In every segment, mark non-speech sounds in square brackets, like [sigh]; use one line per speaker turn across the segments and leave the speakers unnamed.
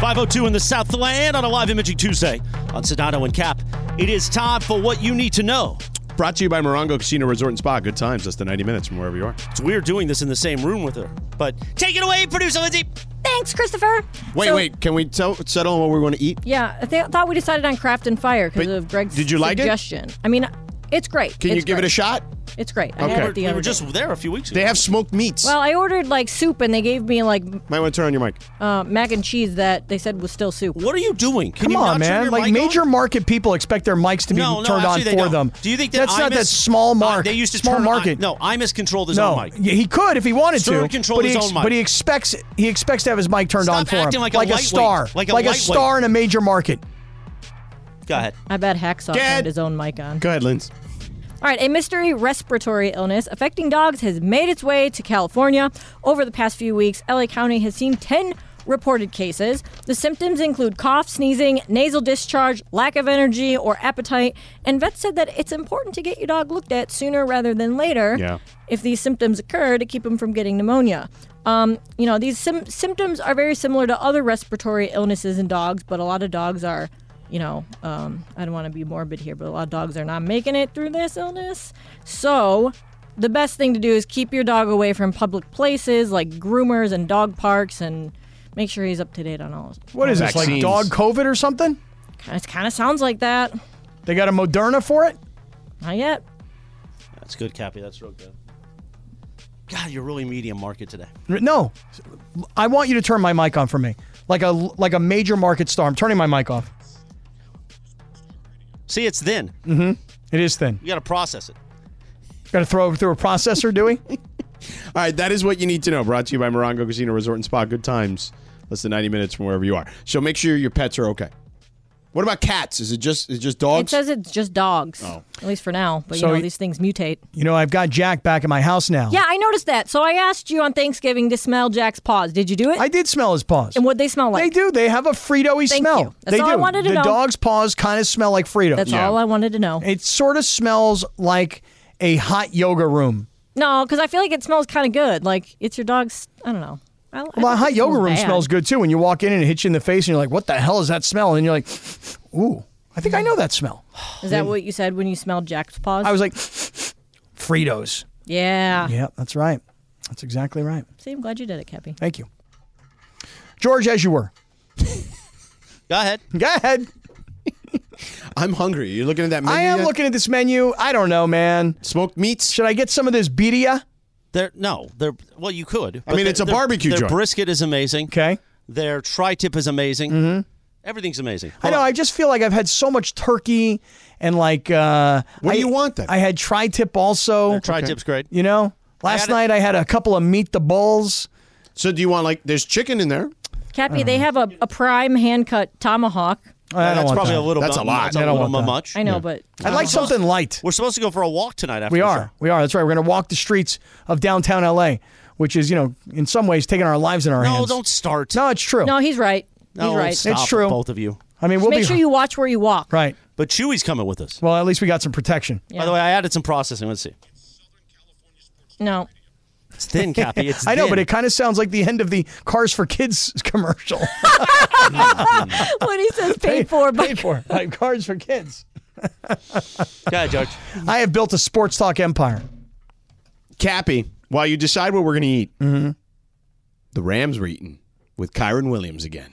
502 in the Southland on a live imaging Tuesday on Sedano and Cap. It is time for what you need to know.
Brought to you by Morongo Casino Resort and Spa. Good times, less than 90 minutes from wherever you are.
It's weird doing this in the same room with her, but take it away, producer Lindsay.
Thanks, Christopher.
Wait,
So-
wait. Can we tell, settle on what we're going to eat?
Yeah, I th- thought we decided on Craft and Fire because
But
of Greg's
did you like it?
suggestion. I mean, it's great.
Can you
It's
give it
great.
a shot?
It's great. I
Okay.
had
We
it the
we
other
were
day.
just there a few weeks ago.
They have smoked meats.
Well, I ordered like soup and they gave me like
Might want to turn on your mic.
uh, mac and cheese that they said was still soup.
what are you doing? Can
Come
you not
on,
turn
man!
your
Like
mic on?
major market people expect their mics to be
no, no,
turned on
actually they
for
don't.
them.
Do you think that
that's not
Imus-
that small
Uh,
market?
they used to
small
turn
market.
I, no, Imus controlled his
No,
own mic.
Yeah, he could if he wanted
Stern
to.
controlled
but, he
his own mic.
but he expects he expects to have his mic turned
Stop
on for
acting
him,
like a lightweight,
star,
like a lightweight.
star in a major market.
Go ahead.
I bet Hacksaw
Dad.
turned his own mic on.
Go ahead, Linz.
All right, a mystery respiratory illness affecting dogs has made its way to California. Over the past few weeks, LA County has seen 10 reported cases. The symptoms include cough, sneezing, nasal discharge, lack of energy or appetite, and vets said that it's important to get your dog looked at sooner rather than later
Yeah.
if these symptoms occur to keep them from getting pneumonia. Um, you know, these sym- symptoms are very similar to other respiratory illnesses in dogs, but a lot of dogs are, you know, um, I don't want to be morbid here, but a lot of dogs are not making it through this illness. So, the best thing to do is keep your dog away from public places like groomers and dog parks and make sure he's up to date on all.
What is
Vaccines.
this like dog COVID or something?
It kind of sounds like that.
They got a Moderna for it.
Not yet.
That's good, Cappy. That's real good. God, you're really medium market today.
No, I want you to turn my mic on for me, like a like a major market star. I'm turning my mic off.
See, it's thin.
It is thin.
You got to process it.
Got to throw it through a processor, do we?
All right, that is what you need to know. Brought to you by Morongo Casino Resort and Spa. Good times, less than 90 minutes from wherever you are. So make sure your pets are okay. What about cats? Is it just is it just dogs?
It says it's just dogs, at least for now. But
Oh. So
you know,
y-
these things mutate.
You know, I've got Jack back at my house now.
Yeah, I noticed that. So I asked you on Thanksgiving to smell Jack's paws. Did you do it?
I did smell his paws.
and what they smell like?
They do. They have a Frito-y
Thank
smell.
you. That's
they
all
do.
I wanted to
the
know.
dog's paws kind of smell like Fritos.
That's
Yeah.
all I wanted to know.
It sort of smells like a hot yoga room.
No, because I feel like it smells kind of good. Like it's your dog's. I don't know. I,
Well, a hot yoga room smells good too. When you walk in and it hits you in the face, and you're like, "What the hell is that smell?" And you're like, "Ooh, I think I know that smell."
Is that what you said when you smelled Jack's paws?
I was like, "Fritos."
yeah.
Yeah, that's right. That's exactly right.
See, I'm glad you did it, Cappy.
Thank you, George. As you were.
Go ahead.
Go ahead.
I'm hungry. You're looking at that menu.
I am
yet?
looking at this menu. I don't know, man.
Smoked meats.
Should I get some of this birria?
They're no, they're well. You could.
I
but
mean,
their-
it's a
their-
barbecue
Their
joint.
brisket is amazing.
Okay. Mm-hmm.
Their tri-tip is amazing. Everything's amazing.
I know. I just feel like I've had so much turkey and like. Uh,
What do
I-
you want then?
I had tri-tip also.
tri-tip's great.
You know, last
had it.
night I had a couple of meat the bulls.
So do you want like there's chicken in there?
Cappy, they have a, a prime hand cut tomahawk.
I don't
that's
want
probably a
that.
little.
That's
mu-
a lot.
That's a
I
don't
little
want
mu-
that.
much.
I know, but
I'd like something light.
We're supposed to go for a walk tonight. After
We
the
are. We are. That's right. We're going to walk the streets of downtown LA, which is, you know, in some ways taking our lives in our
Show. No,
hands.
don't start.
No, it's true.
no, he's right. He's
No,
right.
Stop
It's true.
Both of you.
I mean, we'll
Make
be
sure you watch where you walk.
right.
But Chewy's coming with us.
Well, at least we got some protection.
By the way, I added some processing. Let's see.
No. [laughs]
It's
[laughs]
thin, Cappy. It's
I know,
thin.
but it kind of sounds like the end of the Cars for Kids [laughs] commercial.
when he says paid for, but
Paid for by Cars for Kids.
Go ahead, George.
I have built a sports talk empire.
Cappy, while you decide what we're going to eat,
Mm-hmm.
the Rams were eating with Kyron Williams again.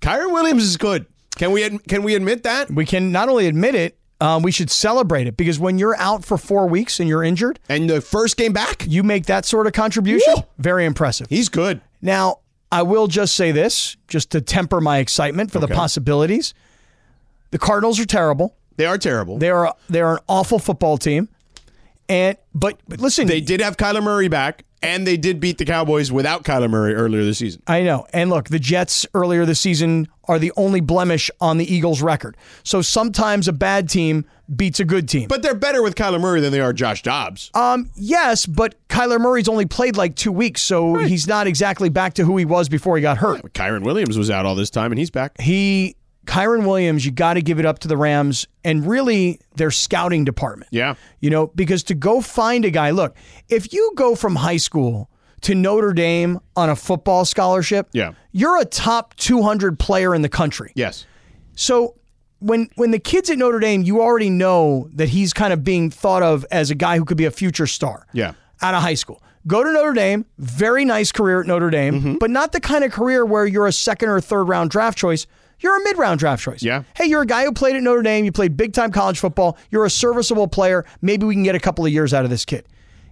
Kyron Williams is good. Can we ad- can we admit that?
We can not only admit it, um, we should celebrate it because when you're out for four weeks and you're injured,
And the first game back,
you make that sort of contribution.
Woo!
Very impressive.
he's good.
Now, I will just say this, just to temper my excitement for the possibilities. The Cardinals are terrible.
They are terrible.
They are they are an awful football team. And but, but listen,
They did have Kyler Murray back. And they did beat the Cowboys without Kyler Murray earlier this season.
I know. And look, the Jets earlier this season are the only blemish on the Eagles' record. So sometimes a bad team beats a good team.
But they're better with Kyler Murray than they are Josh Dobbs.
Um, yes, but Kyler Murray's only played like two weeks, so he's not exactly back to who he was before he got hurt.
Kyron Williams was out all this time, and he's back.
He, Kyron Williams, you got to give it up to the Rams and really their scouting department.
Yeah.
You know, because to go find a guy, look, if you go from high school to Notre Dame on a football scholarship,
Yeah.
you're a top 200 player in the country.
Yes.
So when when the kid's at Notre Dame, you already know that he's kind of being thought of as a guy who could be a future star.
Yeah.
Out of high school. Go to Notre Dame, very nice career at Notre Dame,
Mm-hmm.
but not the kind of career where you're a second or third round draft choice. You're a mid round draft choice.
Yeah.
Hey, you're a guy who played at Notre Dame, you played big time college football, you're a serviceable player. Maybe we can get a couple of years out of this kid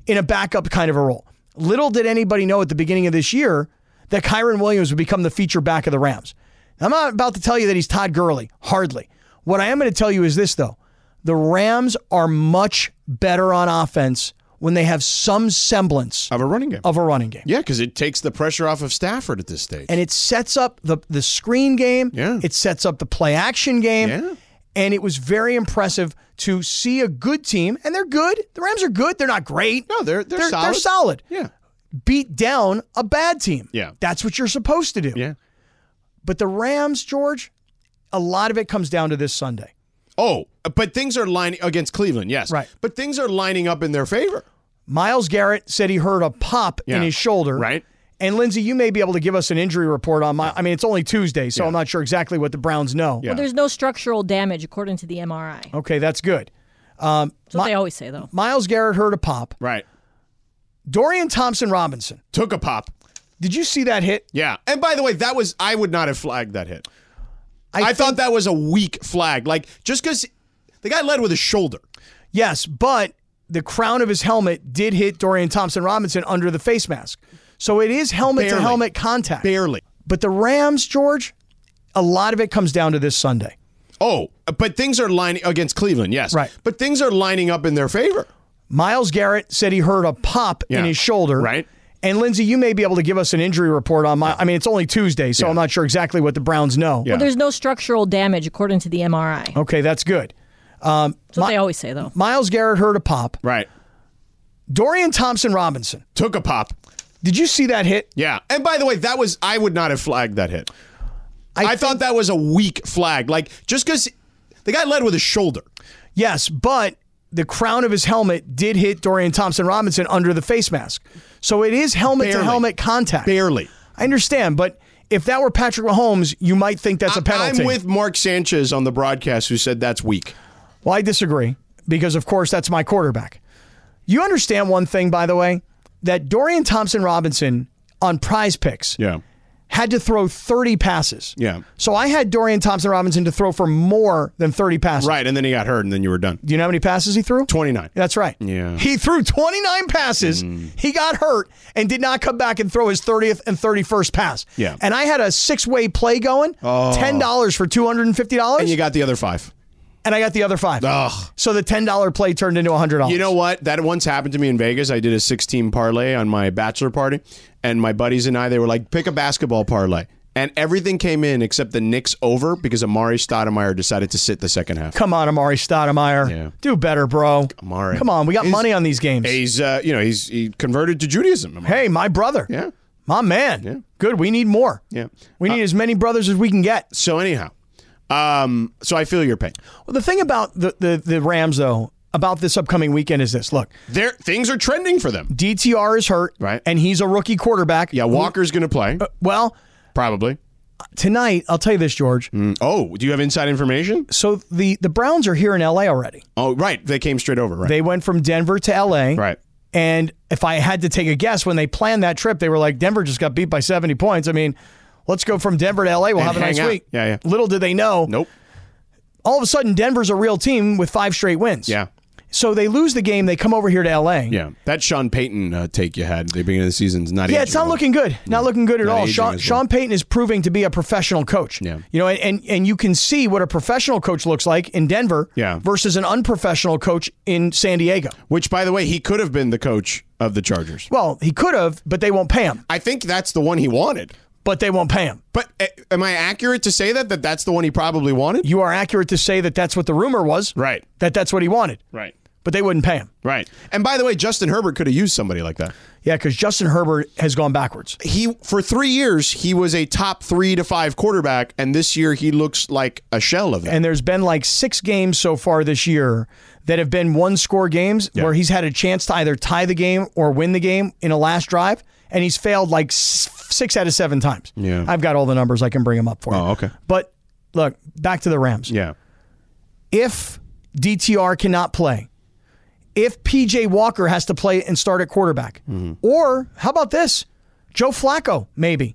in a backup kind of a role. Little did anybody know at the beginning of this year that Kyron Williams would become the feature back of the Rams. I'm not about to tell you that he's Todd Gurley, hardly. What I am going to tell you is this, though the Rams are much better on offense when they have some semblance
Of a running game.
of a running game.
yeah, because it takes the pressure off of Stafford at this stage.
And it sets up the, the screen game.
Yeah.
It sets up the play action game.
Yeah.
And it was very impressive to see a good team, and they're good. The Rams are good. They're not great.
no, they're they're,
they're,
solid.
they're solid.
Yeah.
Beat down a bad team.
Yeah.
That's what you're supposed to do.
Yeah.
But the Rams, George, a lot of it comes down to this Sunday.
Oh, but things are lining against Cleveland, yes.
Right.
But things are lining up in their favor.
Miles Garrett said he heard a pop in
Yeah.
his shoulder.
Right.
And Lindsay, you may be able to give us an injury report on my. I mean, it's only Tuesday, so I'm not sure exactly what the Browns know.
Yeah.
There's no structural damage according to the MRI. That's
Okay, that's good.
what they always say, though.
Miles Garrett heard a pop.
Right.
Dorian Thompson Robinson.
Took a pop.
Did you see that hit?
Yeah. And by the way, that was I would not have flagged that hit. I,
think-
thought that was a weak flag. Like just because the guy led with his shoulder.
Yes, but the crown of his helmet did hit Dorian Thompson Robinson under the face mask. So it is helmet to
Barely.
helmet contact.
Barely.
But the Rams, George, a lot of it comes down to this Sunday.
Oh, but things are lining against Cleveland, yes.
Right.
But things are lining up in their favor.
Miles Garrett said he heard a pop
Yeah.
in his shoulder.
Right.
And Lindsay, you may be able to give us an injury report on my. I mean, it's only Tuesday, so I'm not sure exactly what the Browns know.
Yeah.
There's no structural damage according to the MRI.
Oh,
That's
Okay, that's good.
what they always say, though.
Miles Garrett heard a pop.
Right.
Dorian Thompson Robinson.
Took a pop.
Did you see that hit?
Yeah. And by the way, that was I would not have flagged that hit. I, thought that was a weak flag. Like just because the guy led with his shoulder.
Yes, but the crown of his helmet did hit Dorian Thompson Robinson under the face mask. So it is helmet to
Barely.
helmet contact.
Barely.
I understand, but if that were Patrick Mahomes, you might think that's a penalty.
I'm with Mark Sanchez on the broadcast who said that's weak.
Well, I disagree because, of course, that's my quarterback. You understand one thing, by the way, that Dorian Thompson Robinson on prize picks
Yeah.
had to throw 30 passes.
Yeah.
So I had Dorian Thompson Robinson to throw for more than 30 passes.
Right, and then he got hurt and then you were done.
Do you know how many passes he threw?
29.
That's right.
Yeah. Mm.
He threw 29 passes. He got hurt and did not come back and throw his 30th and 31st pass.
Yeah. Oh.
And I had a six way play going, $10 for $250,
And
and,
you got the other five.
I got the other five.
Ugh.
So the $10 play turned into $100.
You know what? That once happened to me in Vegas. I did a 16 parlay on my bachelor party, and my buddies and I, they were like, pick a basketball parlay. And everything came in except the Knicks over because Amari Stoudemire decided to sit the second half.
Come on, Amari Stoudemire.
Yeah.
Do better, bro.
Amari.
Come on, we got
He's-
money on these games.
He's, uh, you know, he's he converted to Judaism. Amari.
Hey, my brother.
Yeah.
My man.
Yeah.
Good. We need more.
Yeah. Uh,
We need as many brothers as we can get.
So anyhow, um, so I feel your pain.
Well, the thing about the, the, the Rams, though, about this upcoming weekend is this. Look,
There, things are trending for them.
DTR is hurt,
Right.
And he's a rookie quarterback.
Yeah, Walker's going to play
Well,
probably.
tonight I'll tell you this, George.
Oh, do you have inside information?
So the the Browns are here in L.A. already.
Oh, right, they came straight over. Right,
They went from Denver to L.A.
right.
And if I had to take a guess, when they planned that trip, they were like, Denver just got beat by seventy points. I mean, let's go from Denver to L.A. We'll
And
have a
hang
nice
out.
week.
Yeah, yeah.
Little did they know.
Nope.
All of a sudden, Denver's a real team with five straight wins.
Yeah.
So they lose the game. They come over here to LA.
Yeah, that Sean Payton uh, take you had at the beginning of the season's not.
Yeah, it's
aging
not
well.
looking good. Not looking good at
Not
all.
aging
Sean,
as well.
Sean Payton is proving to be a professional coach.
Yeah.
You know, and, and and you can see what a professional coach looks like in Denver
Yeah.
versus an unprofessional coach in San Diego.
Which, by the way, he could have been the coach of the Chargers.
Well, he could have, but they won't pay him.
I think that's the one he wanted.
But they won't pay him.
But uh, am I accurate to say that that that's the one he probably wanted?
You are accurate to say that that's what the rumor was.
Right.
That that's what he wanted.
Right.
But they wouldn't pay him.
Right. And by the way, Justin Herbert could have used somebody like that.
Yeah, because Justin Herbert has gone backwards.
He for three years he was a top three to five quarterback, and this year he looks like a shell of that.
And there's been like six games so far this year that have been one score games where he's had a chance to either tie the game or win the game in a last drive, and he's failed like s- six out of seven times.
Yeah.
I've got all the numbers. I can bring them up for you.
Oh, okay.
But look, back to the Rams.
yeah.
If DTR cannot play, if PJ Walker has to play and start at quarterback,
Mm-hmm.
or how about this? Joe Flacco, maybe.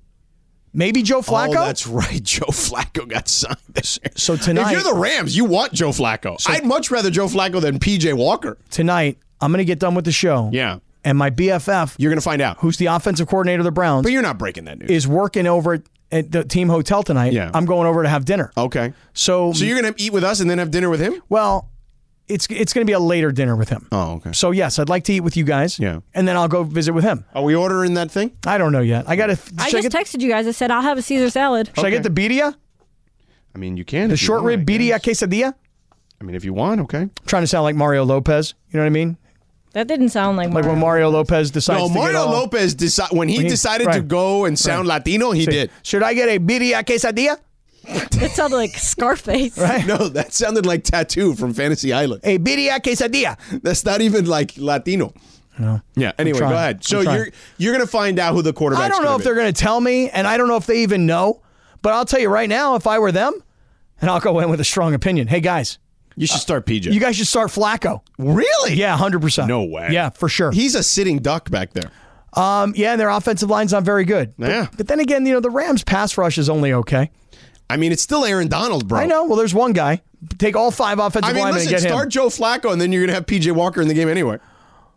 Maybe Joe Flacco.
Oh, that's right. [laughs] Joe Flacco got signed this year.
So tonight-
if you're the Rams, you want Joe Flacco. I'd much rather Joe Flacco than PJ Walker.
Tonight, I'm going to get done with the show.
Yeah.
And my BFF,
You're gonna find out.
who's the offensive coordinator of the Browns,
But you're not breaking that news.
is working over at- at the team hotel tonight.
Yeah.
I'm going over to have dinner.
okay.
So,
So you're gonna eat with us and then have dinner with him?
well, it's it's going to be a later dinner with him.
Oh, okay.
So yes, I'd like to eat with you guys.
Yeah.
And then I'll go visit with him.
Are we ordering that thing?
I don't know yet. I got to. Should,
I
I,
just
get,
texted you guys. I said I'll have a Caesar salad.
Oh.
should I get the bedia?
I mean, you can.
The short rib bedia quesadilla? I'm
I mean, if you want, okay.
trying to sound like Mario Lopez. You know what I mean?
That didn't sound like,
Like when Mario Lopez decides.
No,
to get
Mario
all-
Lopez deci- when he
he-
decided to
right.
go and sound Latino, he did.
Should I get a bedia quesadilla?
It sounded like Scarface.
No, that sounded like Tattoo from Fantasy Island.
A bedia quesadilla.
That's not even like Latino. No. Yeah. Anyway, go
trying.
ahead.
I'm
So
trying.
you're you're gonna find out who the quarterback.
I don't know if they're going to tell me, and I don't know if they even know. But I'll tell you right now, if I were them, and I'll go in with a strong opinion. Hey guys,
You should start PJ.
you guys should start Flacco.
really?
Yeah, hundred percent.
No way.
Yeah, for sure.
He's a sitting duck back there.
Um, yeah, and their offensive line's not very good. But-
Yeah.
But, then again, you know the Rams' pass rush is only okay.
I mean, it's still Aaron Donald, bro.
I know. Well, there's one guy. Take all five offensive
I mean,
linemen
listen,
and get
start
him.
Joe Flacco, and then you're gonna have PJ Walker in the game anyway.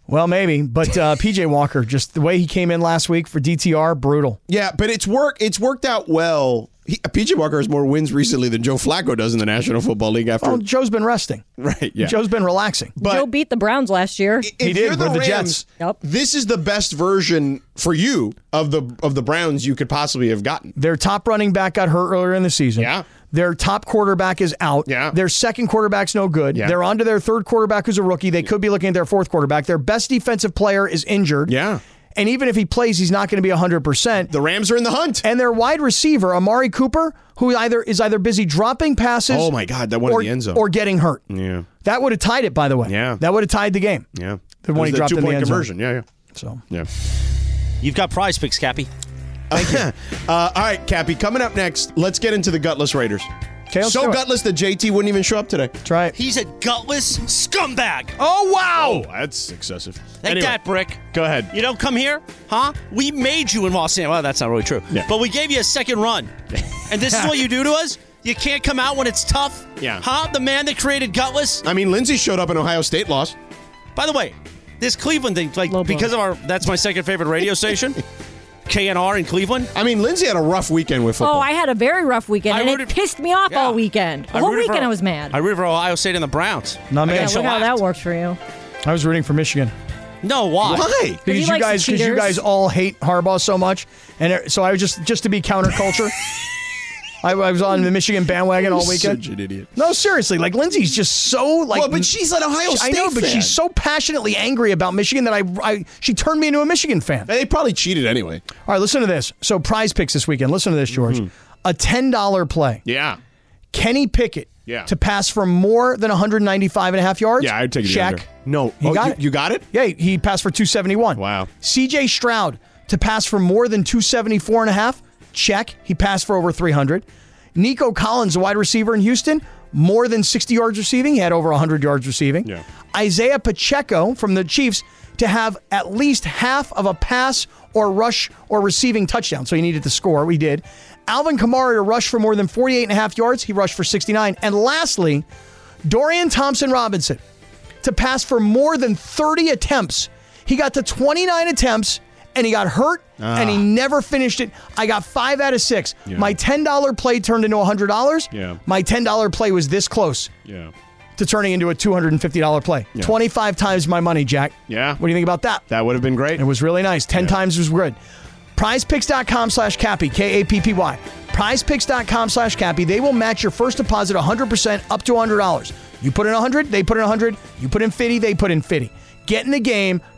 Well, maybe, but uh, [laughs] PJ Walker, just the way he came in last week for DTR, brutal.
Yeah, but it's work. It's worked out well. He, PJ Walker has more wins recently than Joe Flacco does in the National Football League. After
Well, Joe's been resting.
[laughs] right, yeah.
Joe's been relaxing.
but
Joe beat the Browns last year.
if
He did
you're the
with the
Rams,
Jets.
Yep.
This is the best version for you of the of the Browns you could possibly have gotten.
Their top running back got hurt earlier in the season.
Yeah.
Their top quarterback is out.
Yeah.
Their second quarterback's no good.
Yeah.
They're on to their third quarterback who's a rookie. They could be looking at their fourth quarterback. Their best defensive player is injured.
Yeah.
And even if he plays, he's not going to be 100%.
The Rams are in the hunt.
and their wide receiver, Amari Cooper, who either is either busy dropping passes
Oh my God, that one
or,
in the end zone.
or getting hurt.
yeah,
That would have tied it, by the way.
Yeah.
That would have tied the game.
yeah.
The one he
It was
dropped in the
two-point
end zone.
conversion. Yeah,
So
yeah, yeah.
You've got prize picks, Cappy.
Uh, all right, Cappy. Coming up next, let's get into the gutless Raiders.
Okay, let's do
so
it.
gutless that JT wouldn't even show up today.
try it.
He's a gutless scumbag.
Oh, wow.
that's excessive.
Take
Anyway,
that, Brick.
Go ahead.
You don't come here, huh? We made you in Los Angeles. Well, that's not really true.
Yeah.
But we gave you a second run. and this is what you do to us? You can't come out when it's tough?
Yeah.
Huh? The man that created Gutless?
I mean, Lindsay showed up in Ohio State loss.
By the way, this Cleveland thing, like,
Lobo.
because of our, that's my second favorite radio station, KNR in Cleveland.
I mean, Lindsay had a rough weekend with football.
Oh, I had a very rough weekend,
I
and
rooted-
it pissed me off
Yeah.
all weekend. The
I
whole
rooted for-
weekend I was mad.
I rooted for Ohio State and the Browns.
Not
I
me.
yeah,
got
look how that
shellacked.
works for you.
I was rooting for Michigan.
No, why?
Why?
he
because
likes
you guys
the
because you
cheaters.
guys all hate Harbaugh so much, and it- so I was just just to be
[laughs]
counterculture. I, I was on the Michigan bandwagon all weekend.
Such an idiot.
No, seriously, like Lindsay's just so like.
well, but she's an Ohio
I
State
know, but
fan.
she's so passionately angry about Michigan that I, I she turned me into a Michigan fan.
They probably cheated anyway.
All right, listen to this. So prize picks this weekend. Listen to this, George. A ten dollar play.
Mm-hmm. Yeah.
Kenny Pickett
Yeah.
to pass for more than 195 and a half yards.
Yeah, I'd take it.
Shaq.
No.
He
oh,
got
you,
it.
you got it?
Yeah, he passed for 271.
Wow.
CJ Stroud to pass for more than 274 and a half. Check. He passed for over 300. Nico Collins, the wide receiver in Houston, more than 60 yards receiving. He had over 100 yards receiving.
Yeah.
Isaiah Pacheco from the Chiefs to have at least half of a pass or rush or receiving touchdown. So he needed to score. We did. Alvin Kamara to rush for more than 48 and a half yards. He rushed for 69. And lastly, Dorian Thompson Robinson to pass for more than 30 attempts. He got to 29 attempts and he got hurt and he
Ah.
never finished it. I got five out of six. My $10 play turned into $100.
Yeah.
My $10 play was this close
Yeah.
to turning into a $250 play. 25 times my money, Jack.
Yeah.
What do you think about that?
That would have been great.
It was really nice. 10 times was good. PrizePicks.com slash Cappy, K A P P Y. PrizePicks.com slash Cappy. They will match your first deposit 100% up to $100. You put in 100, they put in 100. You put in 50, they put in 50. Get in the game.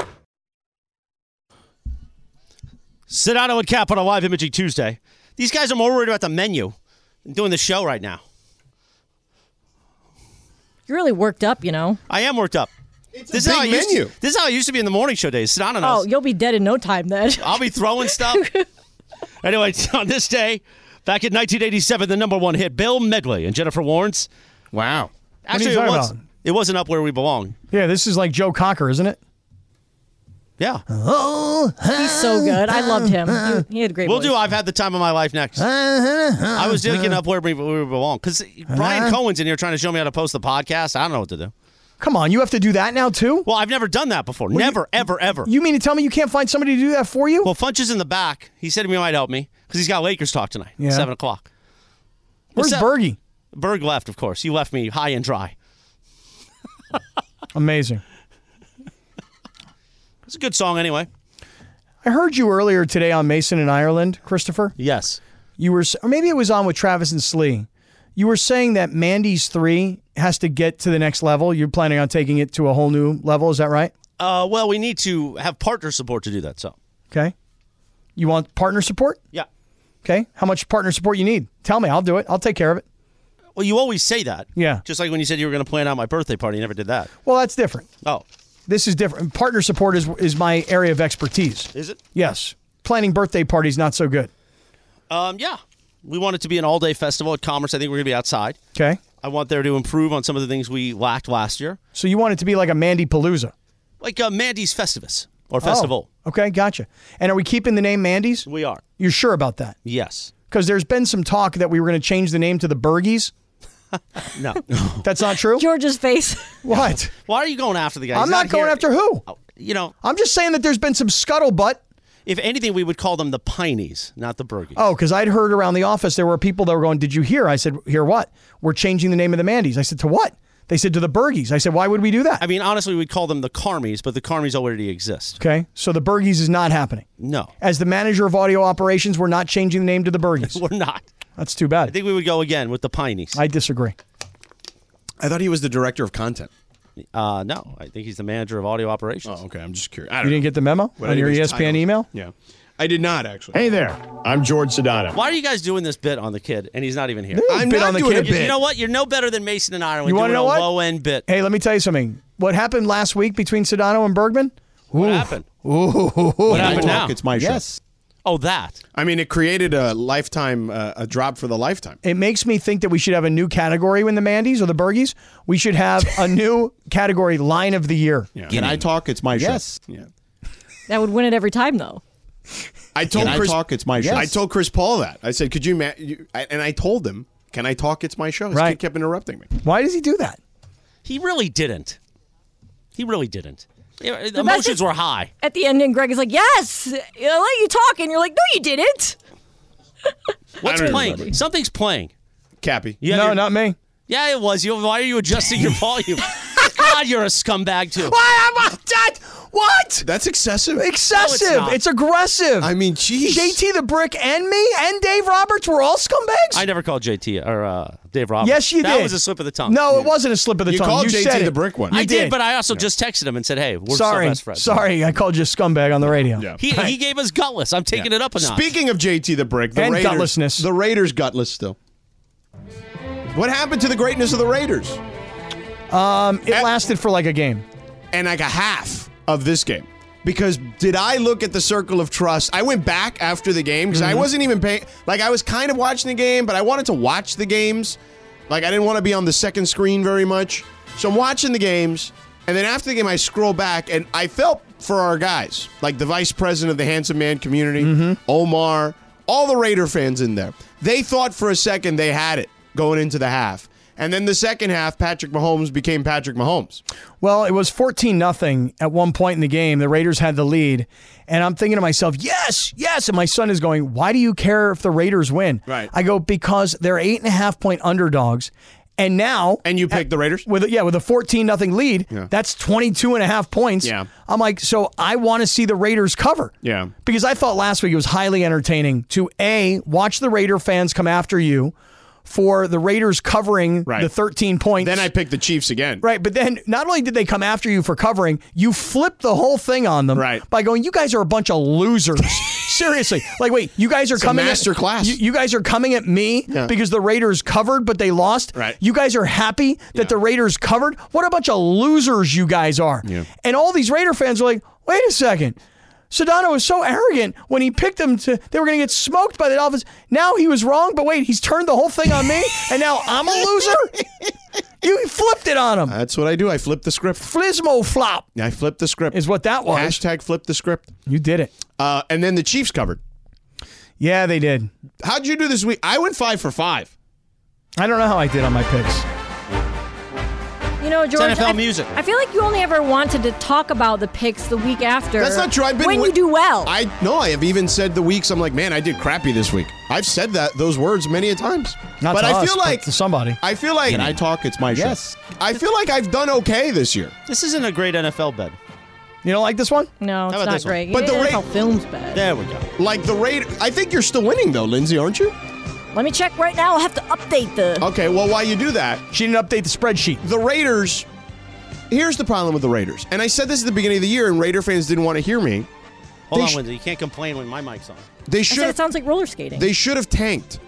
Sedano and Cap on a live imaging Tuesday. These guys are more worried about the menu than doing the show right now.
You're really worked up, you know.
I am worked up.
It's
This
a
is how I
big
used
menu.
this is how I used to be in the morning show days. Sedano knows.
Oh, you'll be dead in no time then. [laughs]
I'll be throwing
[laughs]
stuff. anyway, [laughs] on this day, back in 1987, the number one hit, Bill Medley and Jennifer Warnes.
wow.
are you
Actually, it
talking
was
about?
it wasn't up where we belong.
Yeah, this is like Joe Cocker, isn't it?
Yeah,
Oh,
He's so good. I
[laughs]
loved him. He- He had a great.
we'll
voice.
do. I've had the time of my life next. I
Uh-huh.
was digging up where we, where we belong because Brian Cohen's in here trying to show me how to post the podcast. I don't know what to do.
come on. You have to do that now, too?
Well, I've never done that before. never, ever, ever.
You mean to tell me you can't find somebody to do that for you?
well, Funch is in the back. He said he might help me because he's got Lakers talk tonight,
Yeah.
seven o'clock.
Where's
up?
Bergie?
Berg left, of course. He left me high and dry.
Amazing.
It's a good song anyway.
I heard you earlier today on Mason in Ireland, Christopher.
Yes.
you were, or maybe it was on with Travis and Slee. You were saying that Mandy's three has to get to the next level. You're planning on taking it to a whole new level. Is that right?
Uh, well, we need to have partner support to do that. So,
Okay. You want partner support?
yeah.
Okay. How much partner support you need? Tell me. I'll do it. I'll take care of it.
Well, you always say that.
Yeah.
Just like when you said you were going to plan out my birthday party, you never did that.
Well, that's different.
Oh,
This is different. Partner support is is my area of expertise.
is it?
Yes. Planning birthday parties not so good.
Um, yeah. We want it to be an all day festival at Commerce. I think we're going to be outside.
Okay.
I want there to improve on some of the things we lacked last year,
So you want it to be like a Mandy Palooza
like uh, Mandy's Festivus or Festival.
Oh, okay, gotcha. And are we keeping the name Mandy's?
We are.
You're sure about that?
Yes.
because there's been some talk that we were going to change the name to the Burgies. [laughs]
No.
That's not true.
George's face. [laughs]
what?
Why are you going after the guy?
I'm
He's
not, going
here. Oh,
after who.
You know,
I'm just saying that there's been some scuttlebutt.
if anything, we would call them the Pineys, not the Burgies.
Oh, because I'd heard around the office there were people that were going, "Did you hear?" I said, "Hear what? We're changing the name of the Mandy's." I said, "To what?" They said, "To the Burgies." I said, "Why would we do that?"
I mean, honestly, we'd call them the Carmies, but the Carmies already exist.
okay, so the Burgies is not happening.
No, [laughs]
As the manager of audio operations, we're not changing the name to
[laughs]
the Burgies.
we're not.
That's too
I
bad.
think we would go again with the Pineys.
I disagree.
I thought he was the director of content.
Uh, no, I think he's the manager of audio operations.
Oh, okay. I'm just curious. I
You
don't
didn't get the memo
know.
on your E
Anybody's
ESPN
title.
email.
Yeah. I did not, actually.
Hey there.
I'm George Sedano.
Why are you guys doing this bit on the kid and he's not even here?
I'm
Bit
not
on the
doing
kid.
a bit.
You know what? You're no better than Mason and Ireland.
You
doing
wanna know
a
what?
low end bit.
Hey, let me tell you something. What happened last week between Sedano and Bergman?
What happened? What happened
Talk,
now?
It's my show.
Oh, that.
I mean, it created a lifetime, uh, a job for the lifetime.
It makes me think that we should have a new category in the Mandy's or the Burgies. We should have
[laughs]
a new category line of the year.
Yeah. Can I talk? It's my
Yes.
show. Yeah.
That would win it every time though.
I told
Can I
Chris
talk? It's my show.
I told Chris Paul that. I said, "Could you, ma- you I, and I told him, "Can I talk? It's my show." This
Right.
kid kept interrupting me.
Why does he do that?
He really didn't. He really didn't. Yeah,
best
emotions
is-
were high.
At the end, and Greg is like, "Yes, I let you talk," and you're like, "No, you didn't."
What's
don't
playing?
remember.
Something's playing.
Cappy.
You have
no,
your-
not me.
Yeah, it was. You. Why are you adjusting
[laughs]
your volume? God, you're a scumbag too.
Why am I that? What?
That's excessive.
Excessive.
not.
it's aggressive.
I mean, jeez.
JT the Brick and me and Dave Roberts were all scumbags.
I never called JT or uh, Dave Roberts.
Yes, you
that
did.
That was a slip of the tongue.
No, it wasn't a slip of the
You
tongue.
called
you
JT
said
the
it.
Brick one.
You
I did,
did.
but I also just texted him and said, "Hey, we're
sorry,
still best friends."
sorry, I called you a scumbag on the radio.
He, he gave us gutless. I'm taking it up a notch.
Speaking of JT the Brick, the
And
Raiders,
gutlessness.
The Raiders gutless still. What happened to the greatness of the Raiders?
It lasted for like a game.
and like a half of this game. Because did I look at the circle of trust? I went back after the game because I wasn't even paying. Like I was kind of watching the game, but I wanted to watch the games. Like I didn't want to be on the second screen very much, so I'm watching the games. And then after the game, I scroll back and I felt for our guys, like the vice president of the Handsome Man community, Omar, all the Raider fans in there. They thought for a second they had it going into the half, and then the second half, Patrick Mahomes became Patrick Mahomes.
Well, it was 14 nothing at one point in the game. The Raiders had the lead. And I'm thinking to myself, yes, yes. And my son is going, why do you care if the Raiders win?
Right.
I go, because they're eight and a half point underdogs. And now
And you picked the Raiders.
with a- yeah, with a 14 nothing lead, that's 22 and a half points.
Yeah.
I'm like, so I want to see the Raiders cover.
Yeah.
Because I thought last week it was highly entertaining to A, watch the Raider fans come after you for the Raiders covering
Right.
the 13 points.
Then I picked the Chiefs again.
Right, but then not only did they come after you for covering, you flipped the whole thing on them
Right.
by going, "You guys are a bunch
[laughs]
of losers." Seriously, like, wait, you guys are
a
coming
master
at,
class.
You, you guys are coming at me because the Raiders covered, but they lost.
Right.
You guys are happy that the Raiders covered. What a bunch of losers you guys are! And all these Raider fans are like, "Wait a second. Sedano was so arrogant when he picked them to they were going to get smoked by the Dolphins. Now he was wrong, but wait, he's turned the whole thing on me, and now I'm a
[laughs]
loser. You flipped it on him.
That's what I do. I flip the script.
Flismo flop
I flip the script.
is what that was.
Hashtag flip the script.
You did it.
Uh, and then the Chiefs covered.
Yeah, they did.
How'd you do this week? I went five for five.
I don't know how I did on my picks.
You know, George.
NFL
I,
music.
I feel like you only ever wanted to talk about the picks the week after.
That's not true. I've been
when
wi-
you do well.
I no. I have even said the weeks. I'm like, man, I did crappy this week. I've said that those words many a times.
Not
but
to
I
us,
feel
but
like
to somebody.
I feel like
Can I
talk. It's my
Yes.
I feel like I've done okay this year.
This isn't a great NFL bed.
You don't like this one?
no, it's
about
not
this one?
great.
But
You
the
didn't
Ra-
NFL films bad.
There we go.
Like the rate. I think you're still winning though, Lindsay, aren't you?
Let me check right now. I'll have to update the.
Okay. Well, while you do that,
She didn't update the spreadsheet.
the Raiders. Here's the problem with the Raiders, and I said this at the beginning of the year, and Raider fans didn't want to hear me.
Hold
They
on,
sh-
Lindsay. You can't complain when my mic's on.
They
I
should
said
have
it sounds like roller skating.
They should have tanked.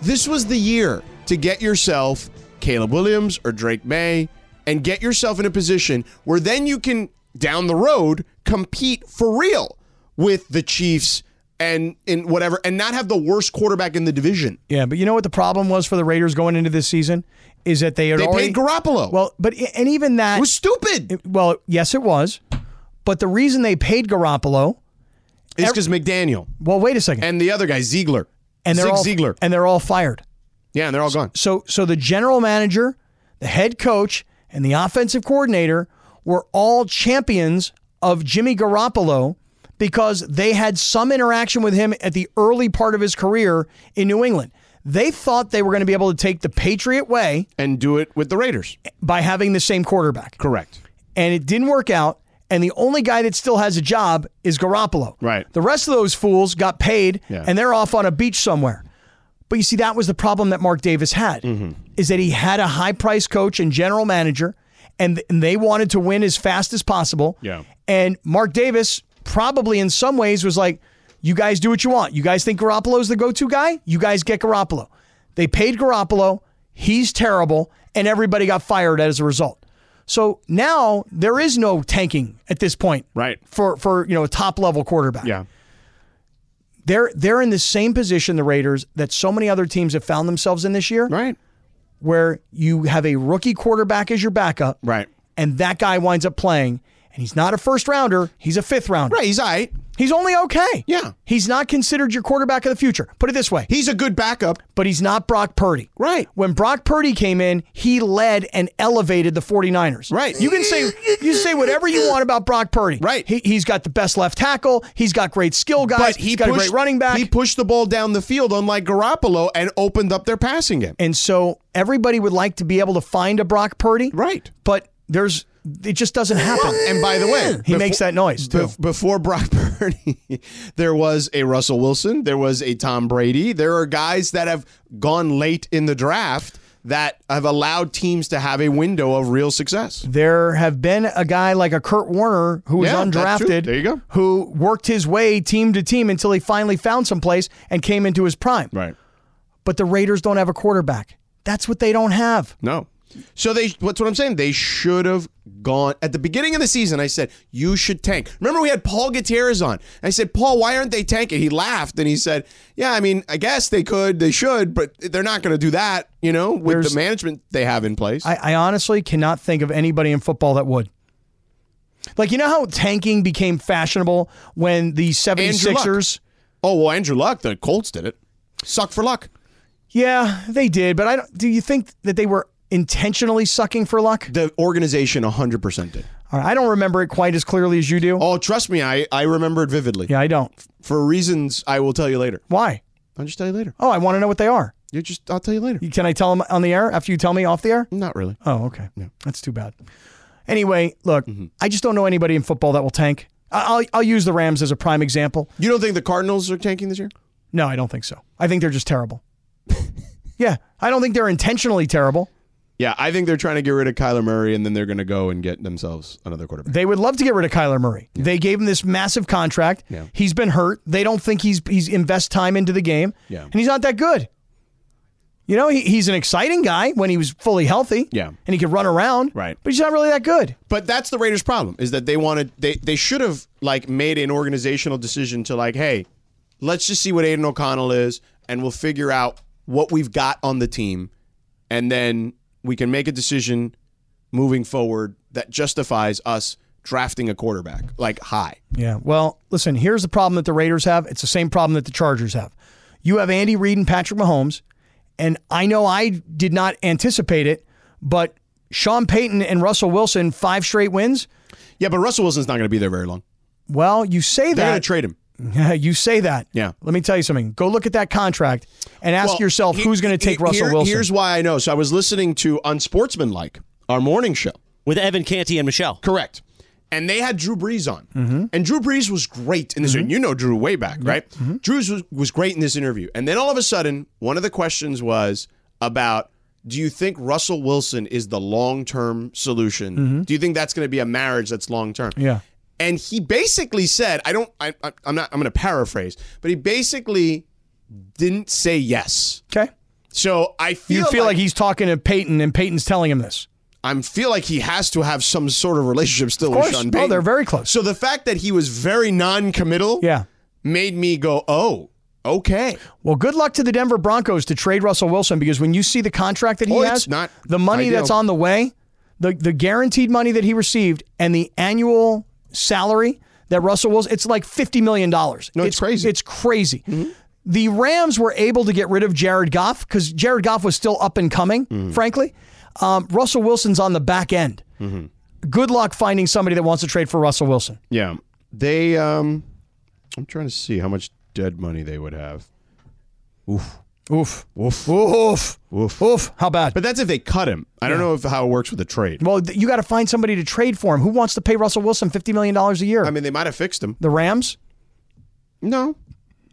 This was the year to get yourself Caleb Williams or Drake May and get yourself in a position where then you can, down the road, compete for real with the Chiefs and in whatever and not have the worst quarterback in the division.
Yeah, but you know what the problem was for the Raiders going into this season is that they had
They
already
paid Garoppolo.
Well, but and even that
it was stupid.
well, yes, it was. But the reason they paid Garoppolo,
It's because McDaniel
well, wait a second,
and the other guy, Ziegler.
and they're
Zig
all
Ziegler.
and they're all fired.
yeah, and they're all gone.
So so the general manager, the head coach, and the offensive coordinator were all champions of Jimmy Garoppolo because they had some interaction with him at the early part of his career in New England. They thought they were going to be able to take the Patriot way
And do it with the Raiders.
by having the same quarterback.
Correct.
And it didn't work out. And the only guy that still has a job is Garoppolo.
Right.
The rest of those fools got paid
Yeah.
and they're off on a beach somewhere. But you see, that was the problem that Mark Davis had
Mm-hmm.
is that he had a high price coach and general manager, and, and they wanted to win as fast as possible.
Yeah.
And Mark Davis probably in some ways was like, you guys do what you want. You guys think Garoppolo's the go to guy? You guys get Garoppolo. They paid Garoppolo. He's terrible. And everybody got fired as a result. So now there is no tanking at this point.
Right.
For, for you know, a top level quarterback
Yeah.
they're they're in the same position the Raiders that so many other teams have found themselves in this year
Right.
where you have a rookie quarterback as your backup
Right.
and that guy winds up playing and he's not a first rounder he's a fifth rounder
Right. He's all right.
He's only okay.
Yeah.
He's not considered your quarterback of the future. Put it this way.
He's a good backup.
but he's not Brock Purdy.
Right.
When Brock Purdy came in, he led and elevated the 49ers.
Right.
You can say you say whatever you want about Brock Purdy.
Right.
He, he's got the best left tackle. He's got great skill guys.
But
Uh, he's
he
got
pushed,
a great running back.
He pushed the ball down the field, unlike Garoppolo, and opened up their passing game.
and so everybody would like to be able to find a Brock Purdy.
Right.
But there's it just doesn't happen.
And by the way,
He makes that noise, too.
bef- before Brock [laughs] Purdy, there was a Russell Wilson, there was a Tom Brady. There are guys that have gone late in the draft that have allowed teams to have a window of real success.
There have been a guy like a Kurt Warner who was
Yeah, that's true.
undrafted.
There you go.
Who worked his way team to team until he finally found someplace and came into his prime.
Right.
But the Raiders don't have a quarterback. That's what they don't have.
No. So they what's what I'm saying? They should have gone at the beginning of the season. I said, you should tank. Remember we had Paul Gutierrez on. I said, Paul, why aren't they tanking? He laughed and he said, Yeah, I mean, I guess they could, they should, but they're not gonna do that, you know, with
There's-
the management they have in place.
I, I honestly cannot think of anybody in football that would. Like, you know how tanking became fashionable when the 76ers?
oh well, Andrew Luck, the Colts did it. Suck for luck.
Yeah, they did. But I don't, do you think that they were intentionally sucking for luck?
The organization hundred percent did.
All right, I don't remember it quite as clearly as you do.
Oh, trust me, I, I remember it vividly.
Yeah, I don't.
For reasons I will tell you later.
Why?
I'll just tell you later.
Oh, I want to know what they are.
You just I'll tell you later.
Can I tell them on the air after you tell me off the air?
Not really.
Oh, okay. That's too bad. Anyway, look,
Mm-hmm.
I just don't know anybody in football that will tank. I- I'll, I'll use the Rams as a prime example.
You don't think the Cardinals are tanking this year?
No, I don't think so. I think they're
[laughs]
just terrible. yeah, I don't think they're intentionally terrible.
Yeah, I think they're trying to get rid of Kyler Murray, and then they're going to go and get themselves another quarterback.
They would love to get rid of Kyler Murray. They gave him this massive contract.
Yeah.
He's been hurt. They don't think he's he's invest time into the game.
Yeah.
And he's not that good. You know, he, he's an exciting guy when he was fully healthy.
Yeah.
And he could run around.
Right.
But he's not really that good.
But that's the Raiders' problem is that they wanted they they should have like made an organizational decision to like, hey, let's just see what Aiden O'Connell is, and we'll figure out what we've got on the team, and then we can make a decision moving forward that justifies us drafting a quarterback like high.
Yeah. Well, listen, here's the problem that the Raiders have. It's the same problem that the Chargers have. You have Andy Reid and Patrick Mahomes, and I know I did not anticipate it, but Sean Payton and Russell Wilson, five straight wins.
Yeah, but Russell Wilson's not going to be there very long.
Well, you say
They're going
that.
to trade him.
[laughs] you say that.
Yeah.
Let me tell you something. Go look at that contract and ask
Well,
yourself
he-
who's going to
he-
take Russell
here-
Wilson.
Here's why I know. So I was listening to Unsportsmanlike, our morning show.
with Evan Canty and Michelle.
Correct. And they had Drew Brees on.
Mm-hmm.
And Drew Brees was great in this interview. You know Drew way back, right?
Mm-hmm.
Drew's was, was great in this interview. And then all of a sudden, one of the questions was about do you think Russell Wilson is the long term solution? Do you think that's going to be a marriage that's long term?
Mm-hmm. Yeah.
And he basically said, I don't, I, I, I'm not, I'm going to paraphrase, but he basically didn't say yes.
Okay.
So I feel
You feel like he's talking to Peyton and Peyton's telling him this.
I feel like he has to have some sort of relationship still
Of
with
course.
Sean
Oh,
Payton.
they're very close.
So the fact that he was very non-committal,
yeah.
made me go, "Oh, okay."
Well, good luck to the Denver Broncos to trade Russell Wilson because when you see the contract that he
Oh, it's
has,
not
the money
ideal.
that's on the way, the the guaranteed money that he received, and the annual salary that Russell Wilson, it's like fifty million dollars.
No, it's crazy. Mm-hmm.
It's crazy. The Rams were able to get rid of Jared Goff because Jared Goff was still up and coming.
Mm-hmm.
Frankly, um, Russell Wilson's on the back end.
Mm-hmm.
Good luck finding somebody that wants to trade for Russell Wilson.
Yeah, they. Um, I'm trying to see how much dead money they would have,
Oof, oof, oof, oof, oof. How bad?
but that's if they cut him. I don't know if how it works with a trade.
Well, th- you got to find somebody to trade for him. Who wants to pay Russell Wilson fifty million dollars a year?
I mean, they might have fixed him.
the Rams,
No,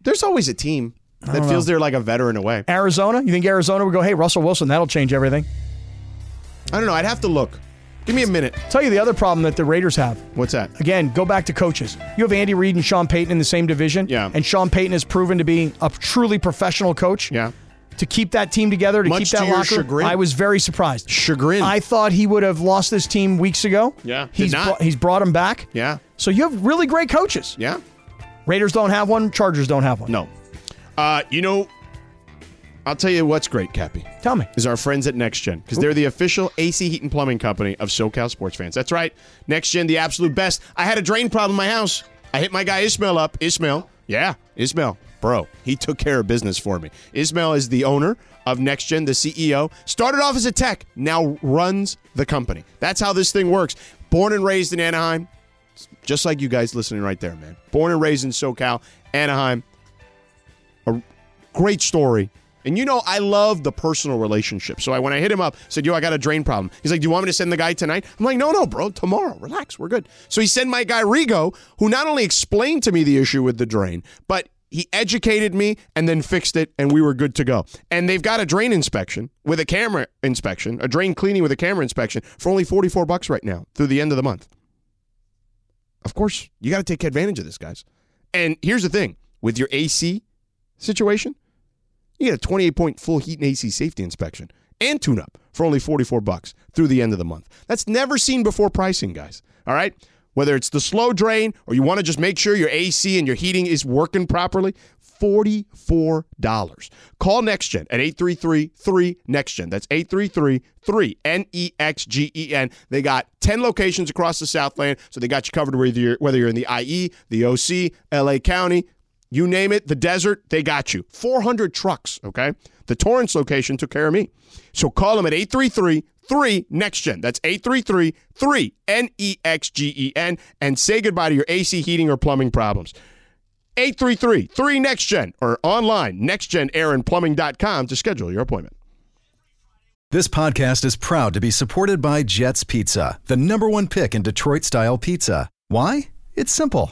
there's always a team that feels they're like a veteran away.
Arizona. You think Arizona would go? Hey, Russell Wilson, that'll change everything.
I don't know. I'd have to look. Give me a minute.
Tell you the other problem that the Raiders have.
What's that?
Again, go back to coaches. You have Andy Reid and Sean Payton in the same division.
Yeah.
And Sean Payton has proven to be a truly professional coach.
Yeah.
To keep that team together, to
Much
keep that
to your
locker,
chagrin.
I was very surprised.
Chagrin.
I thought he would have lost this team weeks ago.
Yeah, did
He's
not.
brought- he's brought him back.
Yeah.
So you have really great coaches.
Yeah.
Raiders don't have one. Chargers don't have one.
No. Uh, you know, I'll tell you what's great, Cappy.
Tell me.
is our friends at NextGen because they're the official AC Heat and Plumbing company of SoCal sports fans. That's right, NextGen, the absolute best. I had a drain problem in my house. I hit my guy Ishmael up. Ishmael, yeah, Ishmael, bro, he took care of business for me. Ishmael is the owner of NextGen, the CEO. Started off as a tech, now runs the company. That's how this thing works. Born and raised in Anaheim, just like you guys listening right there, man. Born and raised in SoCal, Anaheim. A great story. And you know, I love the personal relationship. So I, when I hit him up, said, "Yo, I got a drain problem." He's like, "Do you want me to send the guy tonight?" I'm like, "No, no, bro. Tomorrow. Relax. We're good." So he sent my guy Rigo, who not only explained to me the issue with the drain, but he educated me and then fixed it, and we were good to go. And they've got a drain inspection with a camera inspection, a drain cleaning with a camera inspection for only 44 bucks right now through the end of the month of course, you got to take advantage of this, guys. And here's the thing with your AC situation, you get a 28 point full heat and AC safety inspection and tune up for only 44 bucks through the end of the month. That's never seen before pricing, guys. All right? Whether it's the slow drain or you want to just make sure your AC and your heating is working properly, $44. Call NextGen at 833-3-NEXTGEN. That's E 833-3-N-E-X-G-E-N. They got 10 locations across the Southland, so they got you covered whether you're, whether you're in the IE, the OC, LA County, you name it, the desert, they got you. 400 trucks, okay? The Torrance location took care of me. So call them at 833 3 NextGen. That's 833 3 N E X G E N and say goodbye to your AC heating or plumbing problems. 833 3 NextGen or online nextgenairinplumbing.com to schedule your appointment.
This podcast is proud to be supported by Jets Pizza, the number one pick in Detroit style pizza. Why? It's simple.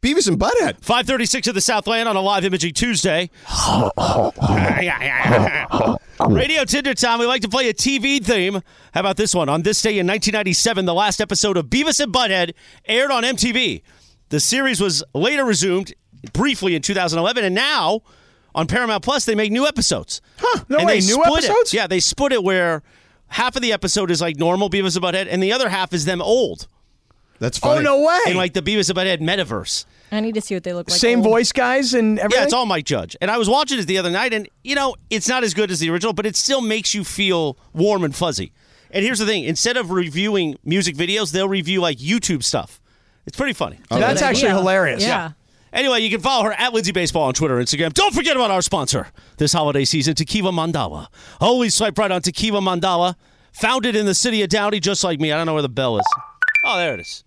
Beavis and Butthead.
536 of the Southland on a live imaging
[laughs]
Tuesday. Radio Tinder time. We like to play a TV theme. How about this one? On this day in 1997, the last episode of Beavis and Butthead aired on MTV. The series was later resumed briefly in 2011, and now on Paramount Plus, they make new episodes. Huh?
no way, new episodes?
It. Yeah, they split it where half of the episode is like normal Beavis and Butthead, and the other half is them old
That's funny.
Oh, no way.
in like the Beavis and Butthead metaverse.
I need to see what they look like.
Same
old.
voice guys and everything?
Yeah, it's all Mike Judge. And I was watching it the other night, and you know, it's not as good as the original, but it still makes you feel warm and fuzzy. And here's the thing: instead of reviewing music videos, they'll review like YouTube stuff. It's pretty funny.
That's
Good
actually
idea.
hilarious.
Yeah.
Anyway, you can follow her at Lindsay Baseball on Twitter, Instagram. Don't forget about our sponsor this holiday season, Tequila Mandala. Always swipe right on Tequila Mandala, founded in the city of Downey, just like me. I don't know where the bell is. Oh, there it is.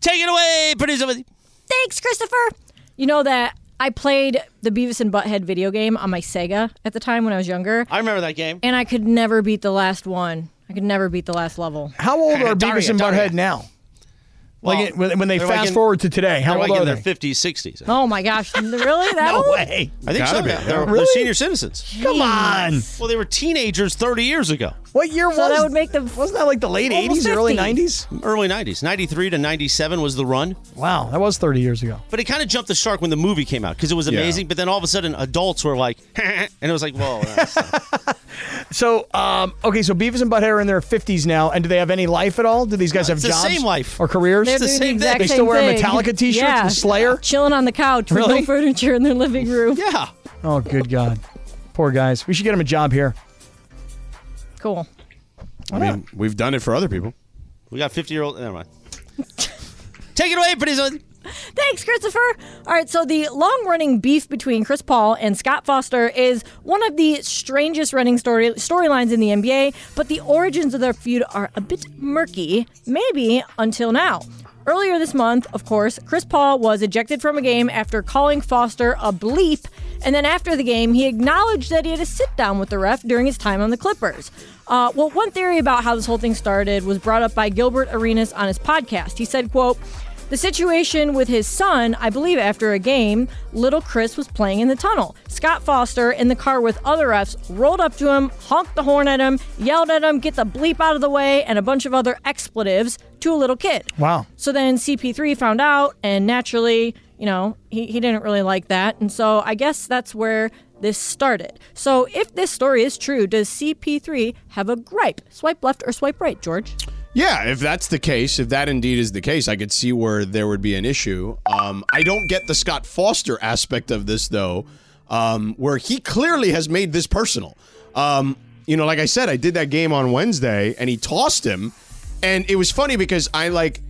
Take it away, producer. Lindsay.
Thanks, Christopher. You know that I played the Beavis and Butthead video game on my Sega at the time when I was younger,
I remember that game.
and I could never beat the last one. I could never beat the last level.
[laughs]
How old
Daria,
are Beavis and
Daria.
Butthead now? like in- when, when they
they're
fast
like in-
forward to today, how
They're
old
like
are
in
they?
their 50s, 60s.
Oh my gosh, [laughs] really? That
no
old?
way.
I think so.
Gotta be.
yeah. They're, they're
Really?
senior citizens.
Come on.
Well, they were teenagers 30 years ago,
What year
So
was
that would make them
Wasn't that like the late
almost
80s, early
50.
90s?
early 90s. 93 to 97 was the run.
Wow, that was 30 years ago.
But it kind of jumped the shark when the movie came out because it was
Yeah.
amazing. But then all of a sudden, adults were like, [laughs] and it was like,
[laughs]
whoa. that's-
So, um, okay, so Beavis and Butthead are in their 50s now, and do they have any life at all? Do these guys have
it's the
jobs?
same life.
Or careers?
They're
the
doing
same thing.
exact
They still
same
wear
thing.
Metallica t-shirts
yeah.
and Slayer?
chilling on the couch with
Really?
no furniture in their living room.
yeah.
Oh, good God. Poor guys. We should get them a job here.
Cool.
I mean, we've done it for other people.
We got 50 year old. Never mind. Take it away, producer.
Thanks, Christopher. All right, so the long running beef between Chris Paul and Scott Foster is one of the strangest running story storylines in the NBA, but the origins of their feud are a bit murky, maybe until now. Earlier this month, of course, Chris Paul was ejected from a game after calling Foster a bleep, and then after the game, he acknowledged that he had a sit down with the ref during his time on the Clippers. Uh, well, one theory about how this whole thing started was brought up by Gilbert Arenas on his podcast. He said, quote, the situation with his son, I believe after a game, little Chris was playing in the tunnel. Scott Foster, in the car with other refs, rolled up to him, honked the horn at him, yelled at him, get the bleep out of the way, and a bunch of other expletives to a little kid.
Wow.
So then CP3 found out, and naturally, you know, he, he didn't really like that. And so I guess that's where this started. So if this story is true, does CP3 have a gripe? Swipe left or swipe right, George?
Yeah, if that's the case, if that indeed is the case, I could see where there would be an issue. Um, I don't get the Scott Foster aspect of this though, um, where he clearly has made this personal. Um, you know, like I said, I did that game on Wednesday, and he tossed him, and it was funny because I like,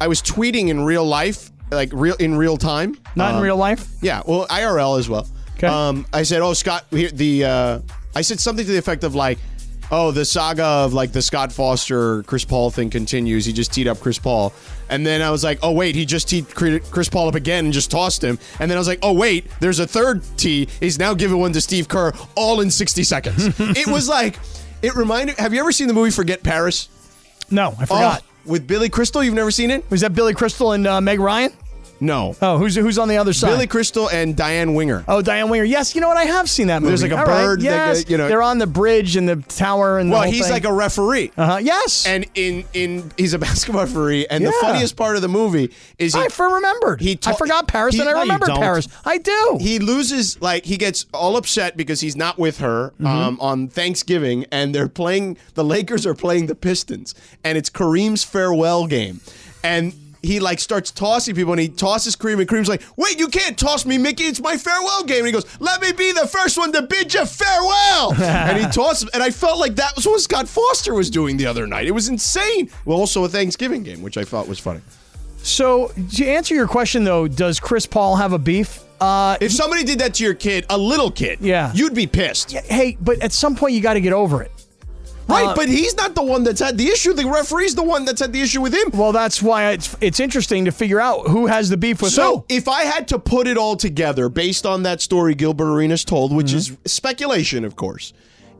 I was tweeting in real life, like real in real time,
Not in
Um,
real life?
yeah, well, IRL as well.
'Kay.
Um, I said, oh, Scott, here, the uh, I said something to the effect of like, oh, the saga of like the Scott Foster Chris Paul thing continues. He just teed up Chris Paul, and then I was like, oh wait, he just teed Cre- Chris Paul up again and just tossed him, and then I was like, oh wait, there's a third tee. He's now giving one to Steve Kerr, all in 60
[laughs]
seconds. it was like, it reminded. Have you ever seen the movie Forget Paris?
No, I forgot.
Oh, with Billy Crystal, you've never seen it?
Was that Billy Crystal and uh, Meg Ryan?
No.
Oh, who's who's on the other side?
Billy Crystal and Diane Winger.
Oh, Diane Winger. Yes, you know what? I have seen that movie.
There's like a
All right,
bird that
Yes,
go- you know-
they're on the bridge and the tower and the
well,
whole
he's
thing.
like a referee.
uh-huh. yes.
and in in he's a [laughs] basketball referee. And the
Yeah.
funniest part of the movie is he
I for remembered.
He
I
ta-
forgot Paris,
he-
and I
no, you
remembered
don't.
Paris. I do.
he loses like he gets all upset because he's not with her
Mm-hmm.
um, on Thanksgiving, and they're playing the Lakers are playing the Pistons, and it's Kareem's farewell game, and. He like starts tossing people and he tosses Kareem and Kareem's like, wait, you can't toss me, Mickey. It's my farewell game. And he goes, let me be the first one to bid you
[laughs]
farewell. and he tosses him. And I felt like that was what Scott Foster was doing the other night. It was insane. Well, also a Thanksgiving game, which I thought was funny.
so to answer your question though, does Chris Paul have a beef? Uh,
If somebody did that to your kid, a little kid,
Yeah. uh,
you'd be pissed.
hey, but at some point you got to get over it.
Right, but he's not the one that's had the issue. The referee's the one that's had the issue with him.
Well, that's why it's it's interesting to figure out who has the beef with
so,
who.
if I had to put it all together based on that story Gilbert Arenas told, which is speculation, of course,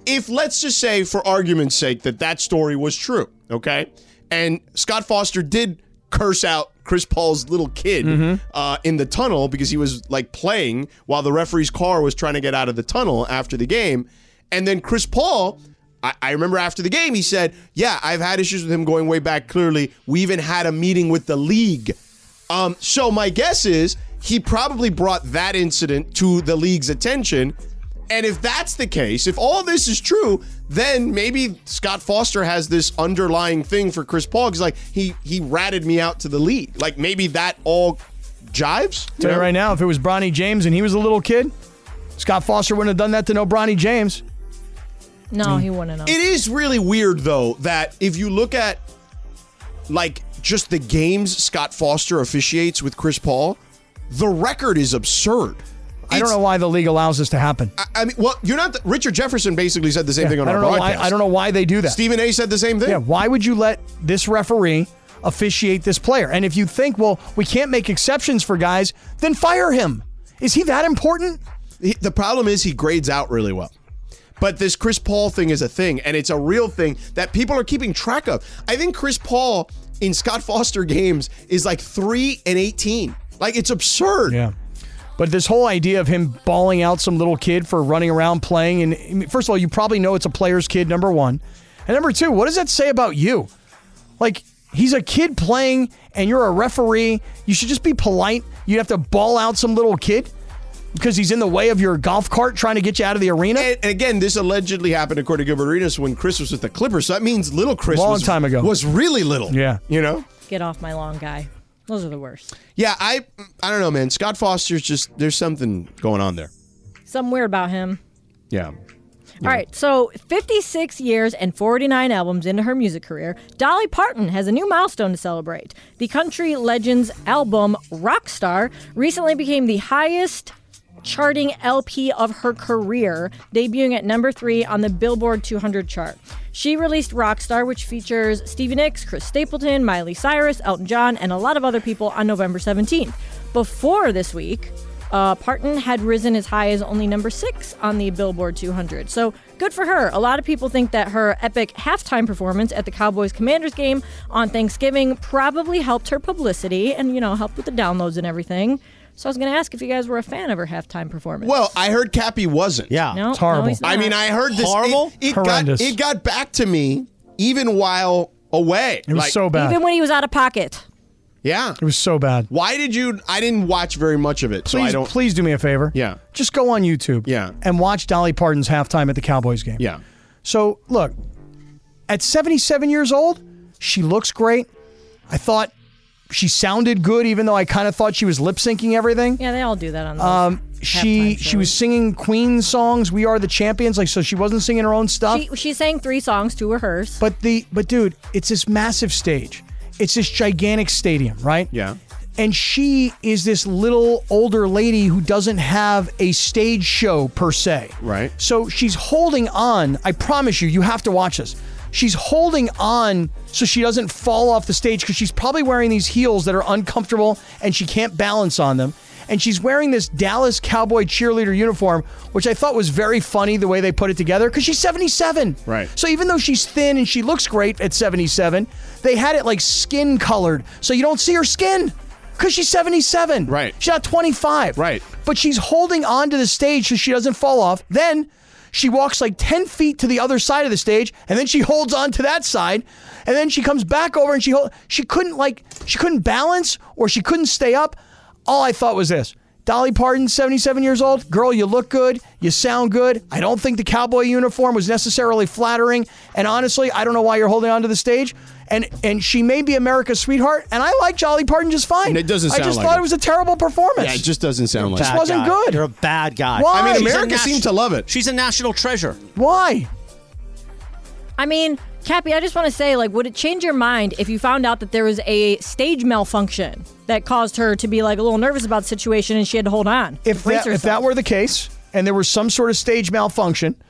if let's just say, for argument's sake, that that story was true, okay, and Scott Foster did curse out Chris Paul's little kid uh, in the tunnel because he was like playing while the referee's car was trying to get out of the tunnel after the game, and then Chris Paul I, I remember after the game, he said, Yeah, I've had issues with him going way back. Clearly, we even had a meeting with the league. Um, so, my guess is he probably brought that incident to the league's attention. And if that's the case, if all this is true, then maybe Scott Foster has this underlying thing for Chris Paul. He's like, he he ratted me out to the league. Like maybe that all jives.
Tell you right now, if it was Bronny James and he was a little kid, Scott Foster wouldn't have done that to no Bronny James.
No, he wouldn't know.
It is really weird though that if you look at like just the games Scott Foster officiates with Chris Paul, the record is absurd.
I don't know why the league allows this to happen.
I, I mean, well, you're not. The, Richard Jefferson basically said the same thing on
I
our
don't know why.
broadcast.
I don't know why they do that.
Stephen A. said the same thing.
Yeah, why would you let this referee officiate this player? And if you think, well, we can't make exceptions for guys, then fire him. Is he that important?
He- the problem is he grades out really well. But this Chris Paul thing is a thing, and it's a real thing that people are keeping track of. I think Chris Paul in Scott Foster games is like three and eighteen. Like it's absurd.
Yeah. But this whole idea of him bawling out some little kid for running around playing, and I mean, first of all, you probably know it's a player's kid, number one. And number two, what does that say about you? Like, he's a kid playing, and you're a referee. You should just be polite. You have to bawl out some little kid because he's in the way of your golf cart trying to get you out of the arena.
And, and again, this allegedly happened according to Gilbert Arenas when Chris was with the Clippers. So that means little Chris
Long
was,
time ago.
was really little.
Yeah.
You know?
Get off my lawn, guy. Those are the worst.
Yeah, I I don't know, man. Scott Foster's just there's something going on there.
Something weird about him.
Yeah.
All right, so 56 years and 49 albums into her music career, Dolly Parton has a new milestone to celebrate. The country legends album Rockstar recently became the highest charting LP of her career, debuting at number 3 on the Billboard 200 chart. She released Rockstar, which features Stevie Nicks, Chris Stapleton, Miley Cyrus, Elton John, and a lot of other people on November 17th. Before this week, uh, Parton had risen as high as only number six on the Billboard 200. So good for her. A lot of people think that her epic halftime performance at the Cowboys Commanders game on Thanksgiving probably helped her publicity and, you know, helped with the downloads and everything. So I was going to ask if you guys were a fan of her halftime performance.
Well, I heard Cappy wasn't.
Yeah.
no,
it's horrible.
no, he's
I
not.
mean, I heard this. it-
Horrible?
It,
Horrendous.
got it got back to me even while away.
it was
Like,
so bad.
Even when he was out of pocket.
Yeah.
it was so bad.
Why did you? I didn't watch very much of it, so I
Please,
don't.
please do me a favor.
Yeah.
Just go on YouTube.
Yeah.
And watch Dolly Parton's halftime at the Cowboys game.
Yeah.
So look, at 77 years old, she looks great. I thought she sounded good, even though I kind of thought she was lip syncing everything.
Yeah, they all do that on the um,
She she was singing Queen songs, "We Are the Champions," like so she wasn't singing her own stuff.
She, she sang three songs, two were hers.
but the but dude, it's this massive stage. It's this gigantic stadium, right?
Yeah.
And she is this little older lady who doesn't have a stage show per se.
Right.
So she's holding on. I promise you, you have to watch this. She's holding on so she doesn't fall off the stage because she's probably wearing these heels that are uncomfortable and she can't balance on them. And she's wearing this Dallas Cowboy cheerleader uniform, which I thought was very funny the way they put it together because she's 77.
Right.
So even though she's thin and she looks great at 77, they had it like skin colored so you don't see her skin because she's 77.
Right.
She's not 25.
Right.
But she's holding on to the stage so she doesn't fall off. Then she walks like 10 feet to the other side of the stage and then she holds on to that side and then she comes back over and she hold, she couldn't like she couldn't balance or she couldn't stay up. All I thought was this. Dolly Parton, 77 years old. Girl, you look good. You sound good. I don't think the cowboy uniform was necessarily flattering. And honestly, I don't know why you're holding on to the stage. And and she may be America's sweetheart. And I like Dolly Parton just fine.
It doesn't
I
sound
just
like
thought
it.
it was a terrible performance.
Yeah, it just doesn't sound like.
Bad
it.
wasn't
guy.
good.
You're a bad guy.
Why? I mean,
She's a
America seemed to love it.
She's a national treasure.
Why?
I mean, Cappy, I just want to say, like, would it change your mind if you found out that there was a stage malfunction that caused her to be like a little nervous about the situation and she had to hold on? to
If
brace
that, if
herself?
that were the case, and there was some sort of stage malfunction,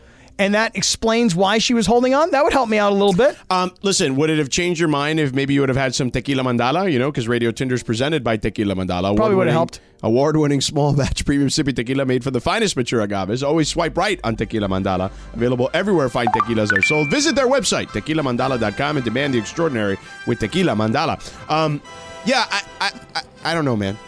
and that explains why she was holding on, that would help me out a little bit.
Um, listen, would it have changed your mind if maybe you would have had some tequila mandala? You know, because Radio Tinder's presented by Tequila Mandala.
Probably
Award-winning-
would've helped.
Award-winning small [laughs] batch premium sippy tequila made from the finest mature agaves. Always swipe right on Tequila Mandala. Available everywhere fine tequilas are sold. Visit their website tequilamandala.com and demand the extraordinary with Tequila Mandala. Um, yeah, I, I, I, I don't know, man.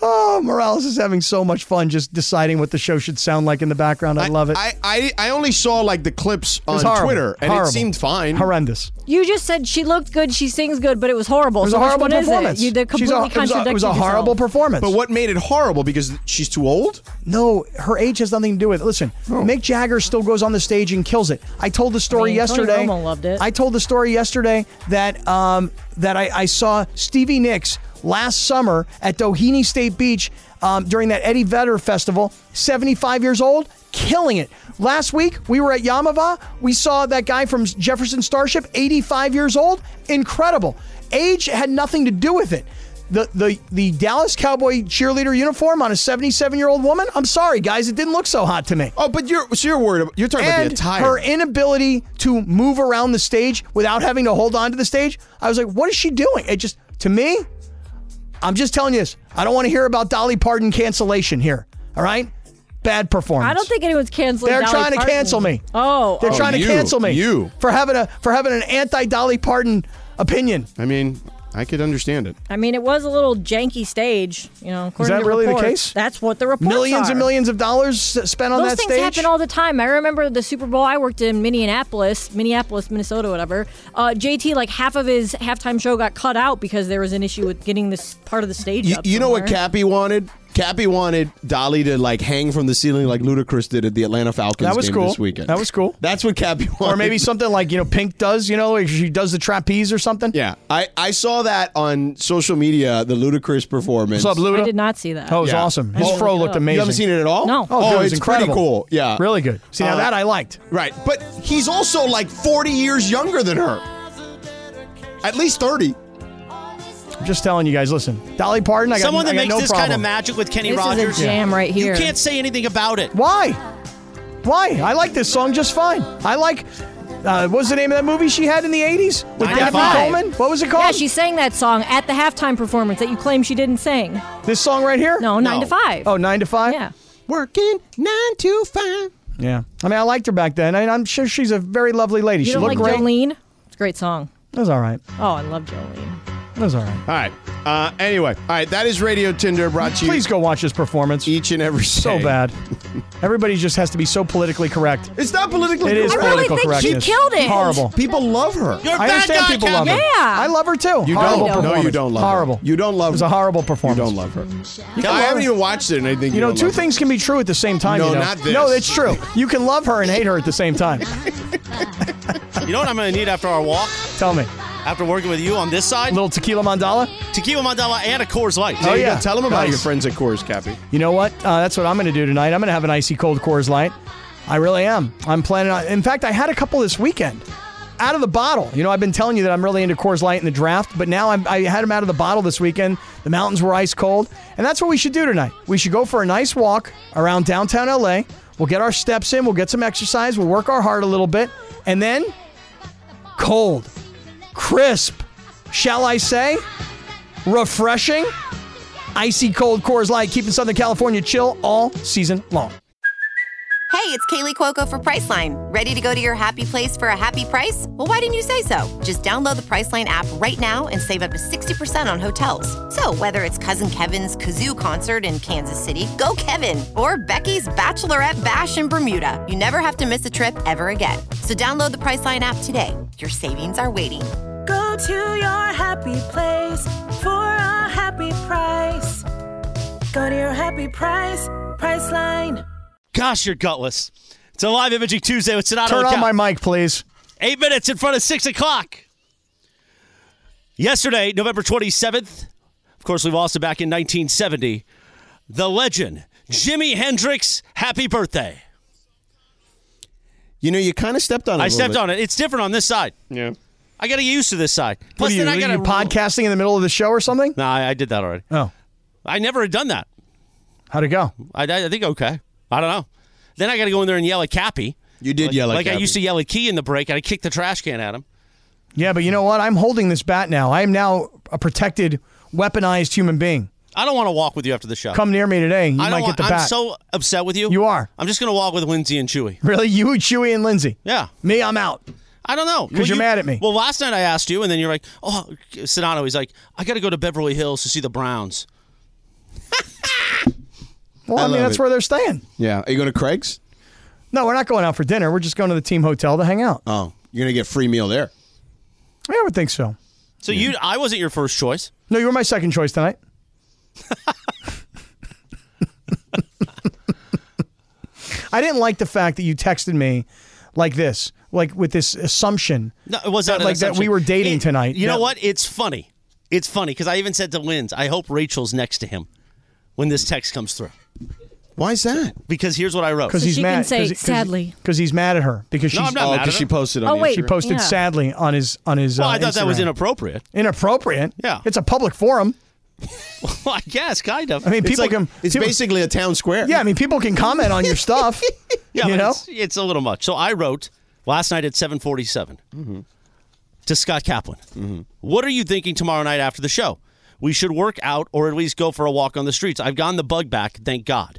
Oh, Morales is having so much fun just deciding what the show should sound like in the background. I, love it.
I, I, I only saw like the clips
It
on
was horrible.
Twitter, and
Horrible.
it seemed fine.
Horrendous.
you just said she looked good, she sings good, but it was horrible.
It was
so
a
which
horrible
one is it?
performance.
You did completely
She's a- it, was a, it was a
contradicted
horrible
yourself.
performance.
But what made it horrible? Because she's too old.
No, her age has nothing to do with it. Listen, Mick Jagger still goes on the stage and kills it. I told the story
I mean, Tony
yesterday.
Romo loved it.
I told the story yesterday that um, that I, I saw Stevie Nicks last summer at Doheny State Beach um, during that Eddie Vedder festival. Seventy-five years old, killing it. Last week we were at Yamava. We saw that guy from Jefferson Starship, eighty-five years old, incredible. Age had nothing to do with it the the the Dallas Cowboy cheerleader uniform on a 77 year old woman. I'm sorry, guys, it didn't look so hot to me.
Oh, but you're so you're worried. About, you're talking about the
And
attire.
her inability to move around the stage without having to hold on to the stage. I was like, what is she doing? It just to me, I'm just telling you this. I don't want to hear about Dolly Parton cancellation here. All right, bad performance.
I don't think anyone's canceling.
They're
Dolly
trying to
Parton.
cancel me.
Oh,
They're trying to
you,
cancel me
you.
for having a for having an anti Dolly Parton opinion.
I mean, I could understand it.
I mean, it was a little janky stage, you know. According
that
to
really the
reports.
case?
That's what the reports
Millions
are.
and millions of dollars spent on
Those
that
things
stage.
happen all the time. I remember the Super Bowl I worked in Minneapolis, Minneapolis, Minnesota, whatever. Uh, JT, like half of his halftime show got cut out because there was an issue with getting this part of the stage
You,
up.
you know what
somewhere.
Cappy wanted? Cappy wanted Dolly to like hang from the ceiling like Ludacris did at the Atlanta Falcons
That was
game
cool.
this weekend.
That was cool.
That's what Cappy wanted.
or maybe something like you know Pink does. You know, like she does the trapeze or something.
Yeah, I, I saw that on social media. The Ludacris performance.
What's up, Luda?
I did not see that.
Oh,
That was
Yeah.
awesome.
I
His
didn't
fro
look it
looked
up.
amazing.
You haven't seen it at all?
No.
Oh,
Oh,
dude, it was
it's
incredible.
pretty cool. Yeah.
Really good. See, now
Uh,
that I liked.
Right. But he's also like 40 years younger than her. At least 30.
I'm just telling you guys. Listen, Dolly Parton. I got,
Someone
I
that
got
makes
no
this
problem.
kind of magic with Kenny
This is a
Rogers.
jam right here.
You can't say anything about it.
Why? Why? I like this song just fine. I like. Uh, what was the name of that movie she had in the 80s with Daphne
95.
Coleman? What was it called?
Yeah, she sang that song at the halftime performance that you claim she didn't sing.
this song right here?
No, nine to five.
Oh, nine to five?
yeah.
Working 9 to 5.
Yeah. I mean, I liked her back then, and I'm sure she's a very lovely lady.
You
she
don't like
looked great.
Jolene? It's a great song.
It was all right.
Oh, I love Jolene.
It was all right.
All right. Uh, anyway, all right. That is Radio Tinder brought to you E
Please go watch this performance.
each and every
So
[laughs]
bad. Everybody just has to be so politically correct.
It's not politically
It is
I
correct.
really
political
think she
correctness.
killed it.
Horrible.
People love her.
You're a
I
bad
understand
guy,
people
Cap.
love her.
Yeah.
I love her too.
You
horrible
don't. No, you
performance.
don't love
horrible.
her. You don't love
It was a
her.
horrible
You
performance.
don't love her. I haven't even watched it, and I think
You know,
don't
two
love her.
things can be true at the same time.
No,
you know?
not this.
No, it's true. You can love her and hate her at the same time.
You know what I'm going to need after our walk?
Tell me,
After working with you on this side?
little tequila mandala.
Tequila Mandala and a Coors Light.
Oh,
There you go.
yeah.
Tell them about
Nice.
your friends at Coors, Cappy.
You know what? Uh, that's what I'm going to do tonight. I'm going to have an icy cold Coors Light. I really am. I'm planning on. In fact, I had a couple this weekend. Out of the bottle. You know, I've been telling you that I'm really into Coors Light in the draft, but now I'm, I had them out of the bottle this weekend. The mountains were ice cold, and that's what we should do tonight. We should go for a nice walk around downtown LA. We'll get our steps in. We'll get some exercise. We'll work our heart a little bit, and then cold, crisp, shall I say, refreshing icy cold Coors Light, keeping Southern California chill all season long.
Hey, it's Kaylee Cuoco for Priceline. Ready to go to your happy place for a happy price? Well, why didn't you say so? Just download the Priceline app right now and save up to 60% on hotels. So, whether it's Cousin Kevin's Kazoo concert in Kansas City, go Kevin, or Becky's Bachelorette Bash in Bermuda, you never have to miss a trip ever again. So, download the Priceline app today. Your savings are waiting.
Go to your happy place for a happy price. Go to your happy price, Priceline.
Gosh, you're gutless. It's a live imaging Tuesday with Sonato.
Turn
and
on
Cap.
my mic, please.
Eight minutes in front of six o'clock. Yesterday, November 27th, of course, we've also back in 1970, the legend, Jimi Hendrix, happy birthday.
You know, you kind of stepped on it.
I stepped on it. It's different on this side.
Yeah.
I got to get used to this side.
What
Plus,
are you,
then I
are
got
you podcasting in the middle of the show or something?
No, I, I did that already.
Oh,
I never had done that.
how'd it go?
I, I I think okay. I don't know. Then I got to go in there and yell at Cappy.
You did
like,
yell at
like I
Cappy.
used to yell at Key in the break, and I kicked the trash can at him.
Yeah, but you know what? I'm holding this bat now. I am now a protected, weaponized human being.
I don't want to walk with you after the show.
Come near me today, you
I don't
might get
want,
the
I'm
bat.
so upset with you.
You are.
I'm just gonna walk with Lindsay and Chewy.
really, you, Chewy, and Lindsay.
Yeah.
Me, I'm out.
I don't know.
'Cause you're
you-
mad at me.
Well, last night I asked you, and then you're like, "Oh, Sedano." He's like, "I got to go to Beverly Hills to see the Browns."
Well, I,
I
mean,
love
that's
it.
where they're staying.
Yeah. Are you going to Craig's?
No, we're not going out for dinner. We're just going to the team hotel to hang out.
Oh, you're going to get free meal there.
Yeah, I would think so.
So you, I wasn't your first choice.
No, you were my second choice tonight. I didn't like the fact that you texted me like this, like with this assumption.
No, it was not
That-
an
like that we
assumption.
were dating
It-
tonight.
You know
That-
what? It's funny. It's funny because I even said to Linz, "I hope Rachel's next to him when this text comes through."
Why is that?
Because here's what I wrote.
Because
So
he's
she can
mad.
say, "Sadly."
because he's mad at her because
No,
she's
I'm not
oh,
mad at
because she
her.
posted on
Oh,
the
wait.
she posted
Yeah.
sadly on his on his.
Well,
uh,
I thought that was
Instagram.
inappropriate. [laughs]
inappropriate.
Yeah.
it's a public forum.
Well, I guess, kind of.
I mean,
It's
people
like-
can.
It's
people-
basically a town square.
yeah, I mean, people can comment on
[laughs]
your stuff.
yeah,
you
but
know,
It's, it's a little much. So I wrote last night at 7:47
Mm-hmm.
to Scott Kaplan. What are you thinking tomorrow night after the show? We should work out or at least go for a walk on the streets. I've gotten the bug back, thank God.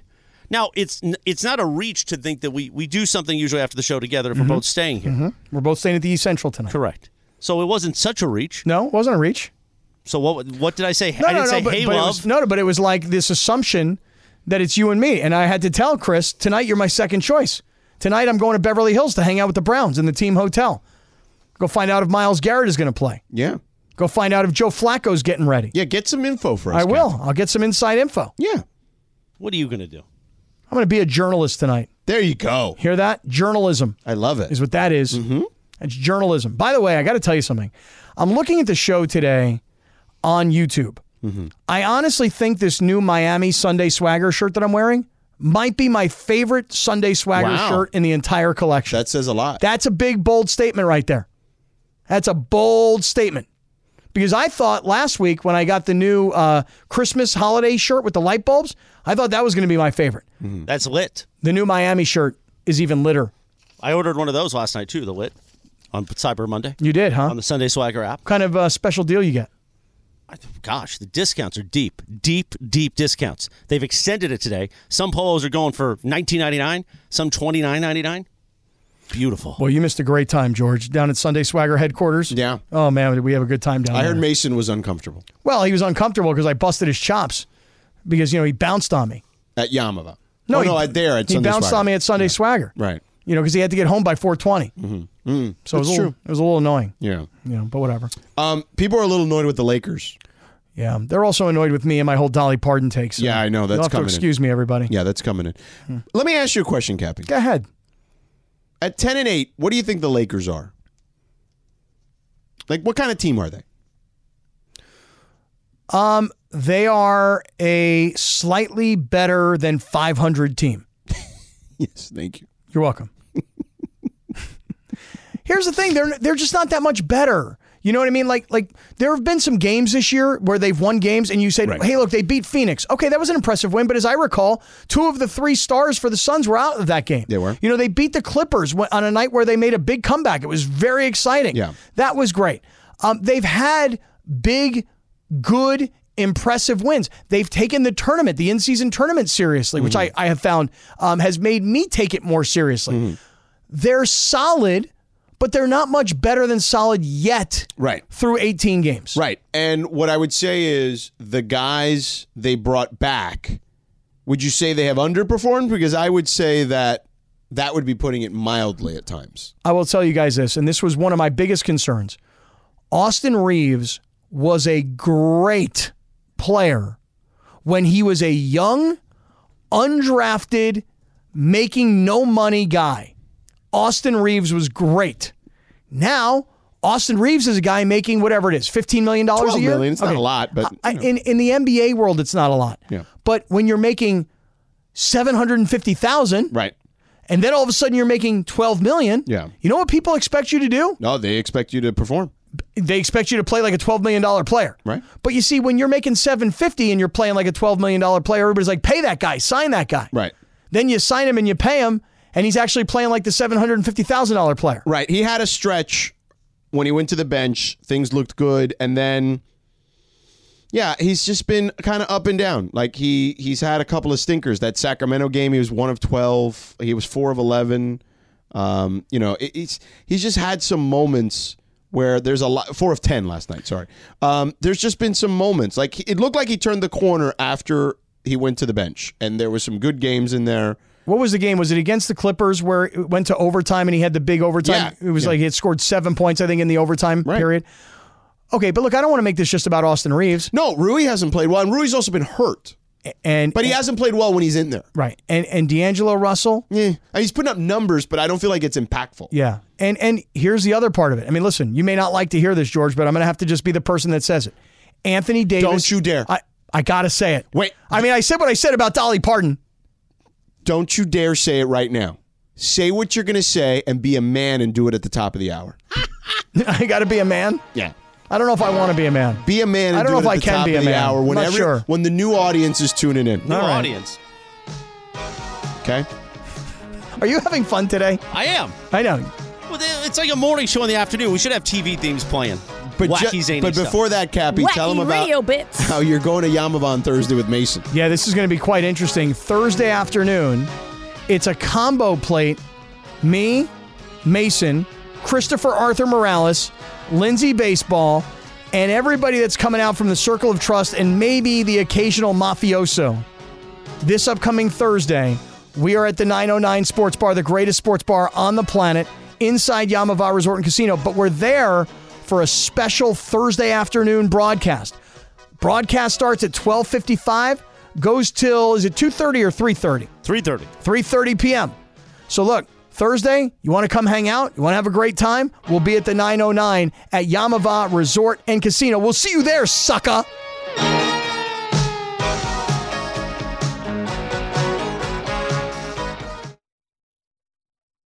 Now it's n- it's not a reach to
Mm-hmm.
think that we we do something usually after the show together if we're both staying here.
we're both staying at the East Central tonight.
Correct. so it wasn't such a reach.
No, it wasn't a reach.
So what? What did I say?
No,
I didn't
no, no,
say
but,
hey
but
love.
It was, no, no, but it was like this assumption that it's you and me, and I had to tell Chris tonight you're my second choice. Tonight I'm going to Beverly Hills to hang out with the Browns in the team hotel. Go find out if Miles Garrett is going to play.
Yeah.
Go find out if Joe Flacco's getting ready.
Yeah, get some info for us.
I
Ken.
will. I'll get some inside info.
Yeah.
what are you gonna do?
I'm going to be a journalist tonight.
There you go.
Hear that? Journalism.
I love it.
is what that is. It's journalism. By the way, I got to tell you something. I'm looking at the show today on YouTube. I honestly think this new Miami Sunday Swagger shirt that I'm wearing might be my favorite Sunday Swagger
Wow.
shirt in the entire collection.
That says a lot.
That's a big, bold statement right there. That's a bold statement. Because I thought last week when I got the new uh, Christmas holiday shirt with the light bulbs, I thought that was going to be my favorite.
That's lit.
The new Miami shirt is even litter.
I ordered one of those last night too. The lit on Cyber Monday
You did, huh?
on the Sunday Swagger app.
kind of uh, special deal you get?
I th- Gosh, the discounts are deep, deep, deep discounts. They've extended it today. Some polos are going for nineteen ninety nine, some twenty nine ninety nine. Beautiful.
Well, you missed a great time, George, down at Sunday Swagger headquarters.
Yeah.
Oh man, did we have a good time down
I
there?
heard Mason was uncomfortable
well, he was uncomfortable because I busted his chops because you know he bounced on me.
at Yamava. oh, no,
he,
at there at
he
Sunday
bounced
Swagger.
on me at Sunday Swagger.
Right.
You know, because he had to get home by 4:20. So it was a little,
Mm-hmm. true.
It was a little annoying.
Yeah.
You know, but whatever.
Um, people are a little annoyed with the Lakers.
Yeah, they're also annoyed with me and my whole Dolly Parton take. So
Yeah, I know, that's
you'll have
coming
to
in.
excuse me, everybody.
Yeah, that's coming in. Let me ask you a question, Cappy.
Go ahead.
At ten and eight, what do you think the Lakers are? Like, what kind of team are they?
They are a slightly better than 500 team.
Yes, thank you.
You're welcome. [laughs] Here's the thing: they're they're just not that much better. You know what I mean? Like like there have been some games this year where they've won games, and you said,
Right.
"Hey, look, they beat Phoenix. Okay, that was an impressive win." But as I recall, two of the three stars for the Suns were out of that game.
They were.
You know, they beat the Clippers wh- on a night where they made a big comeback. It was very exciting.
Yeah.
that was great. Um, they've had big, good. Impressive wins. They've taken the tournament, the in season tournament, seriously, which
Mm-hmm.
I, I have found um, has made me take it more seriously they're solid, but they're not much better than solid yet.
Right.
Through 18 games.
Right. And what I would say is the guys they brought back, would you say they have underperformed? Because I would say that that would be putting it mildly at times.
I will tell you guys this, and this was one of my biggest concerns. Austin Reeves was a great player when he was a young, undrafted, making no money guy. Austin Reeves was great. Now, Austin Reeves is a guy making whatever it is, $15 million a
Twelve
year.
million, it's not a lot, but,
I,
you know.
in, in the NBA world, it's not a lot.
Yeah.
But when you're making 750,000
Right.
and then all of a sudden you're making 12 million,
Yeah.
you know what people expect you to do?
No, they expect you to perform.
They expect you to play like a 12 million dollar player.
Right.
But you see when you're making 750 and you're playing like a 12 million dollar player, everybody's like pay that guy, sign that guy.
Right.
Then you sign him and you pay him and he's actually playing like the $750,000 player.
Right. He had a stretch when he went to the bench. Things looked good, and then, yeah, he's just been kind of up and down. Like he he's had a couple of stinkers. That Sacramento game, he was one of twelve. He was four of eleven. Um, you know, it, it's he's just had some moments where there's a lot. Four of ten last night. Sorry. Um, there's just been some moments. Like he- it looked like he turned the corner after he went to the bench, and there was some good games in there.
What was the game? Was it against the Clippers where it went to overtime and he had the big overtime?
Yeah.
It was
Yeah.
like he had scored seven points, I think, in the overtime
Right.
period. Okay, but look, I don't want to make this just about Austin Reeves.
No, Rui hasn't played well, and Rui's also been hurt.
And
But he hasn't played well when he's in there.
right. And and D'Angelo Russell.
Yeah, Eh. he's putting up numbers, but I don't feel like it's impactful.
Yeah. And and here's the other part of it. I mean, listen, you may not like to hear this, George, but I'm gonna have to just be the person that says it. Anthony Davis.
Don't you dare.
I, I gotta say it.
Wait.
I mean, I said what I said about Dolly Parton. [laughs]
Don't you dare say it right now. Say what you're going to say and be a man and do it at the top of the hour.
I gotta be a man.
Yeah.
I don't know if I wanna be a man.
Be a man and
I don't
do
know
it
if
at
I
the
can
top
be
of
a
the
man.
hour
I'm
when,
not
every-
sure.
when the new audience is tuning in.
New
all right.
audience.
Okay?
Are you having fun today?
I am.
I know.
Well, they- it's like a morning show in the afternoon. We should have TV themes playing. But
ju-
Wacky zany
but
stuff.
before that, Cappy,
Wacky
tell him about
radio bits.
how you're going to Yamava on Thursday with Mason.
Yeah, this is going to be quite interesting. Thursday afternoon, it's a combo plate. Me, Mason, Christopher Arthur Morales, Lindsay Baseball, and everybody that's coming out from the Circle of Trust and maybe the occasional mafioso. This upcoming Thursday, we are at the 909 Sports Bar, the greatest sports bar on the planet, inside Yamava Resort and Casino. But we're there for a special Thursday afternoon broadcast. Broadcast starts at 12:55, goes till is it 2:30 or 3:30?
3:30.
3:30 p.m. So look, Thursday, you want to come hang out? You want to have a great oh time? We'll be at the 909 at Yamava Resort and Casino. We'll see you there, sucker.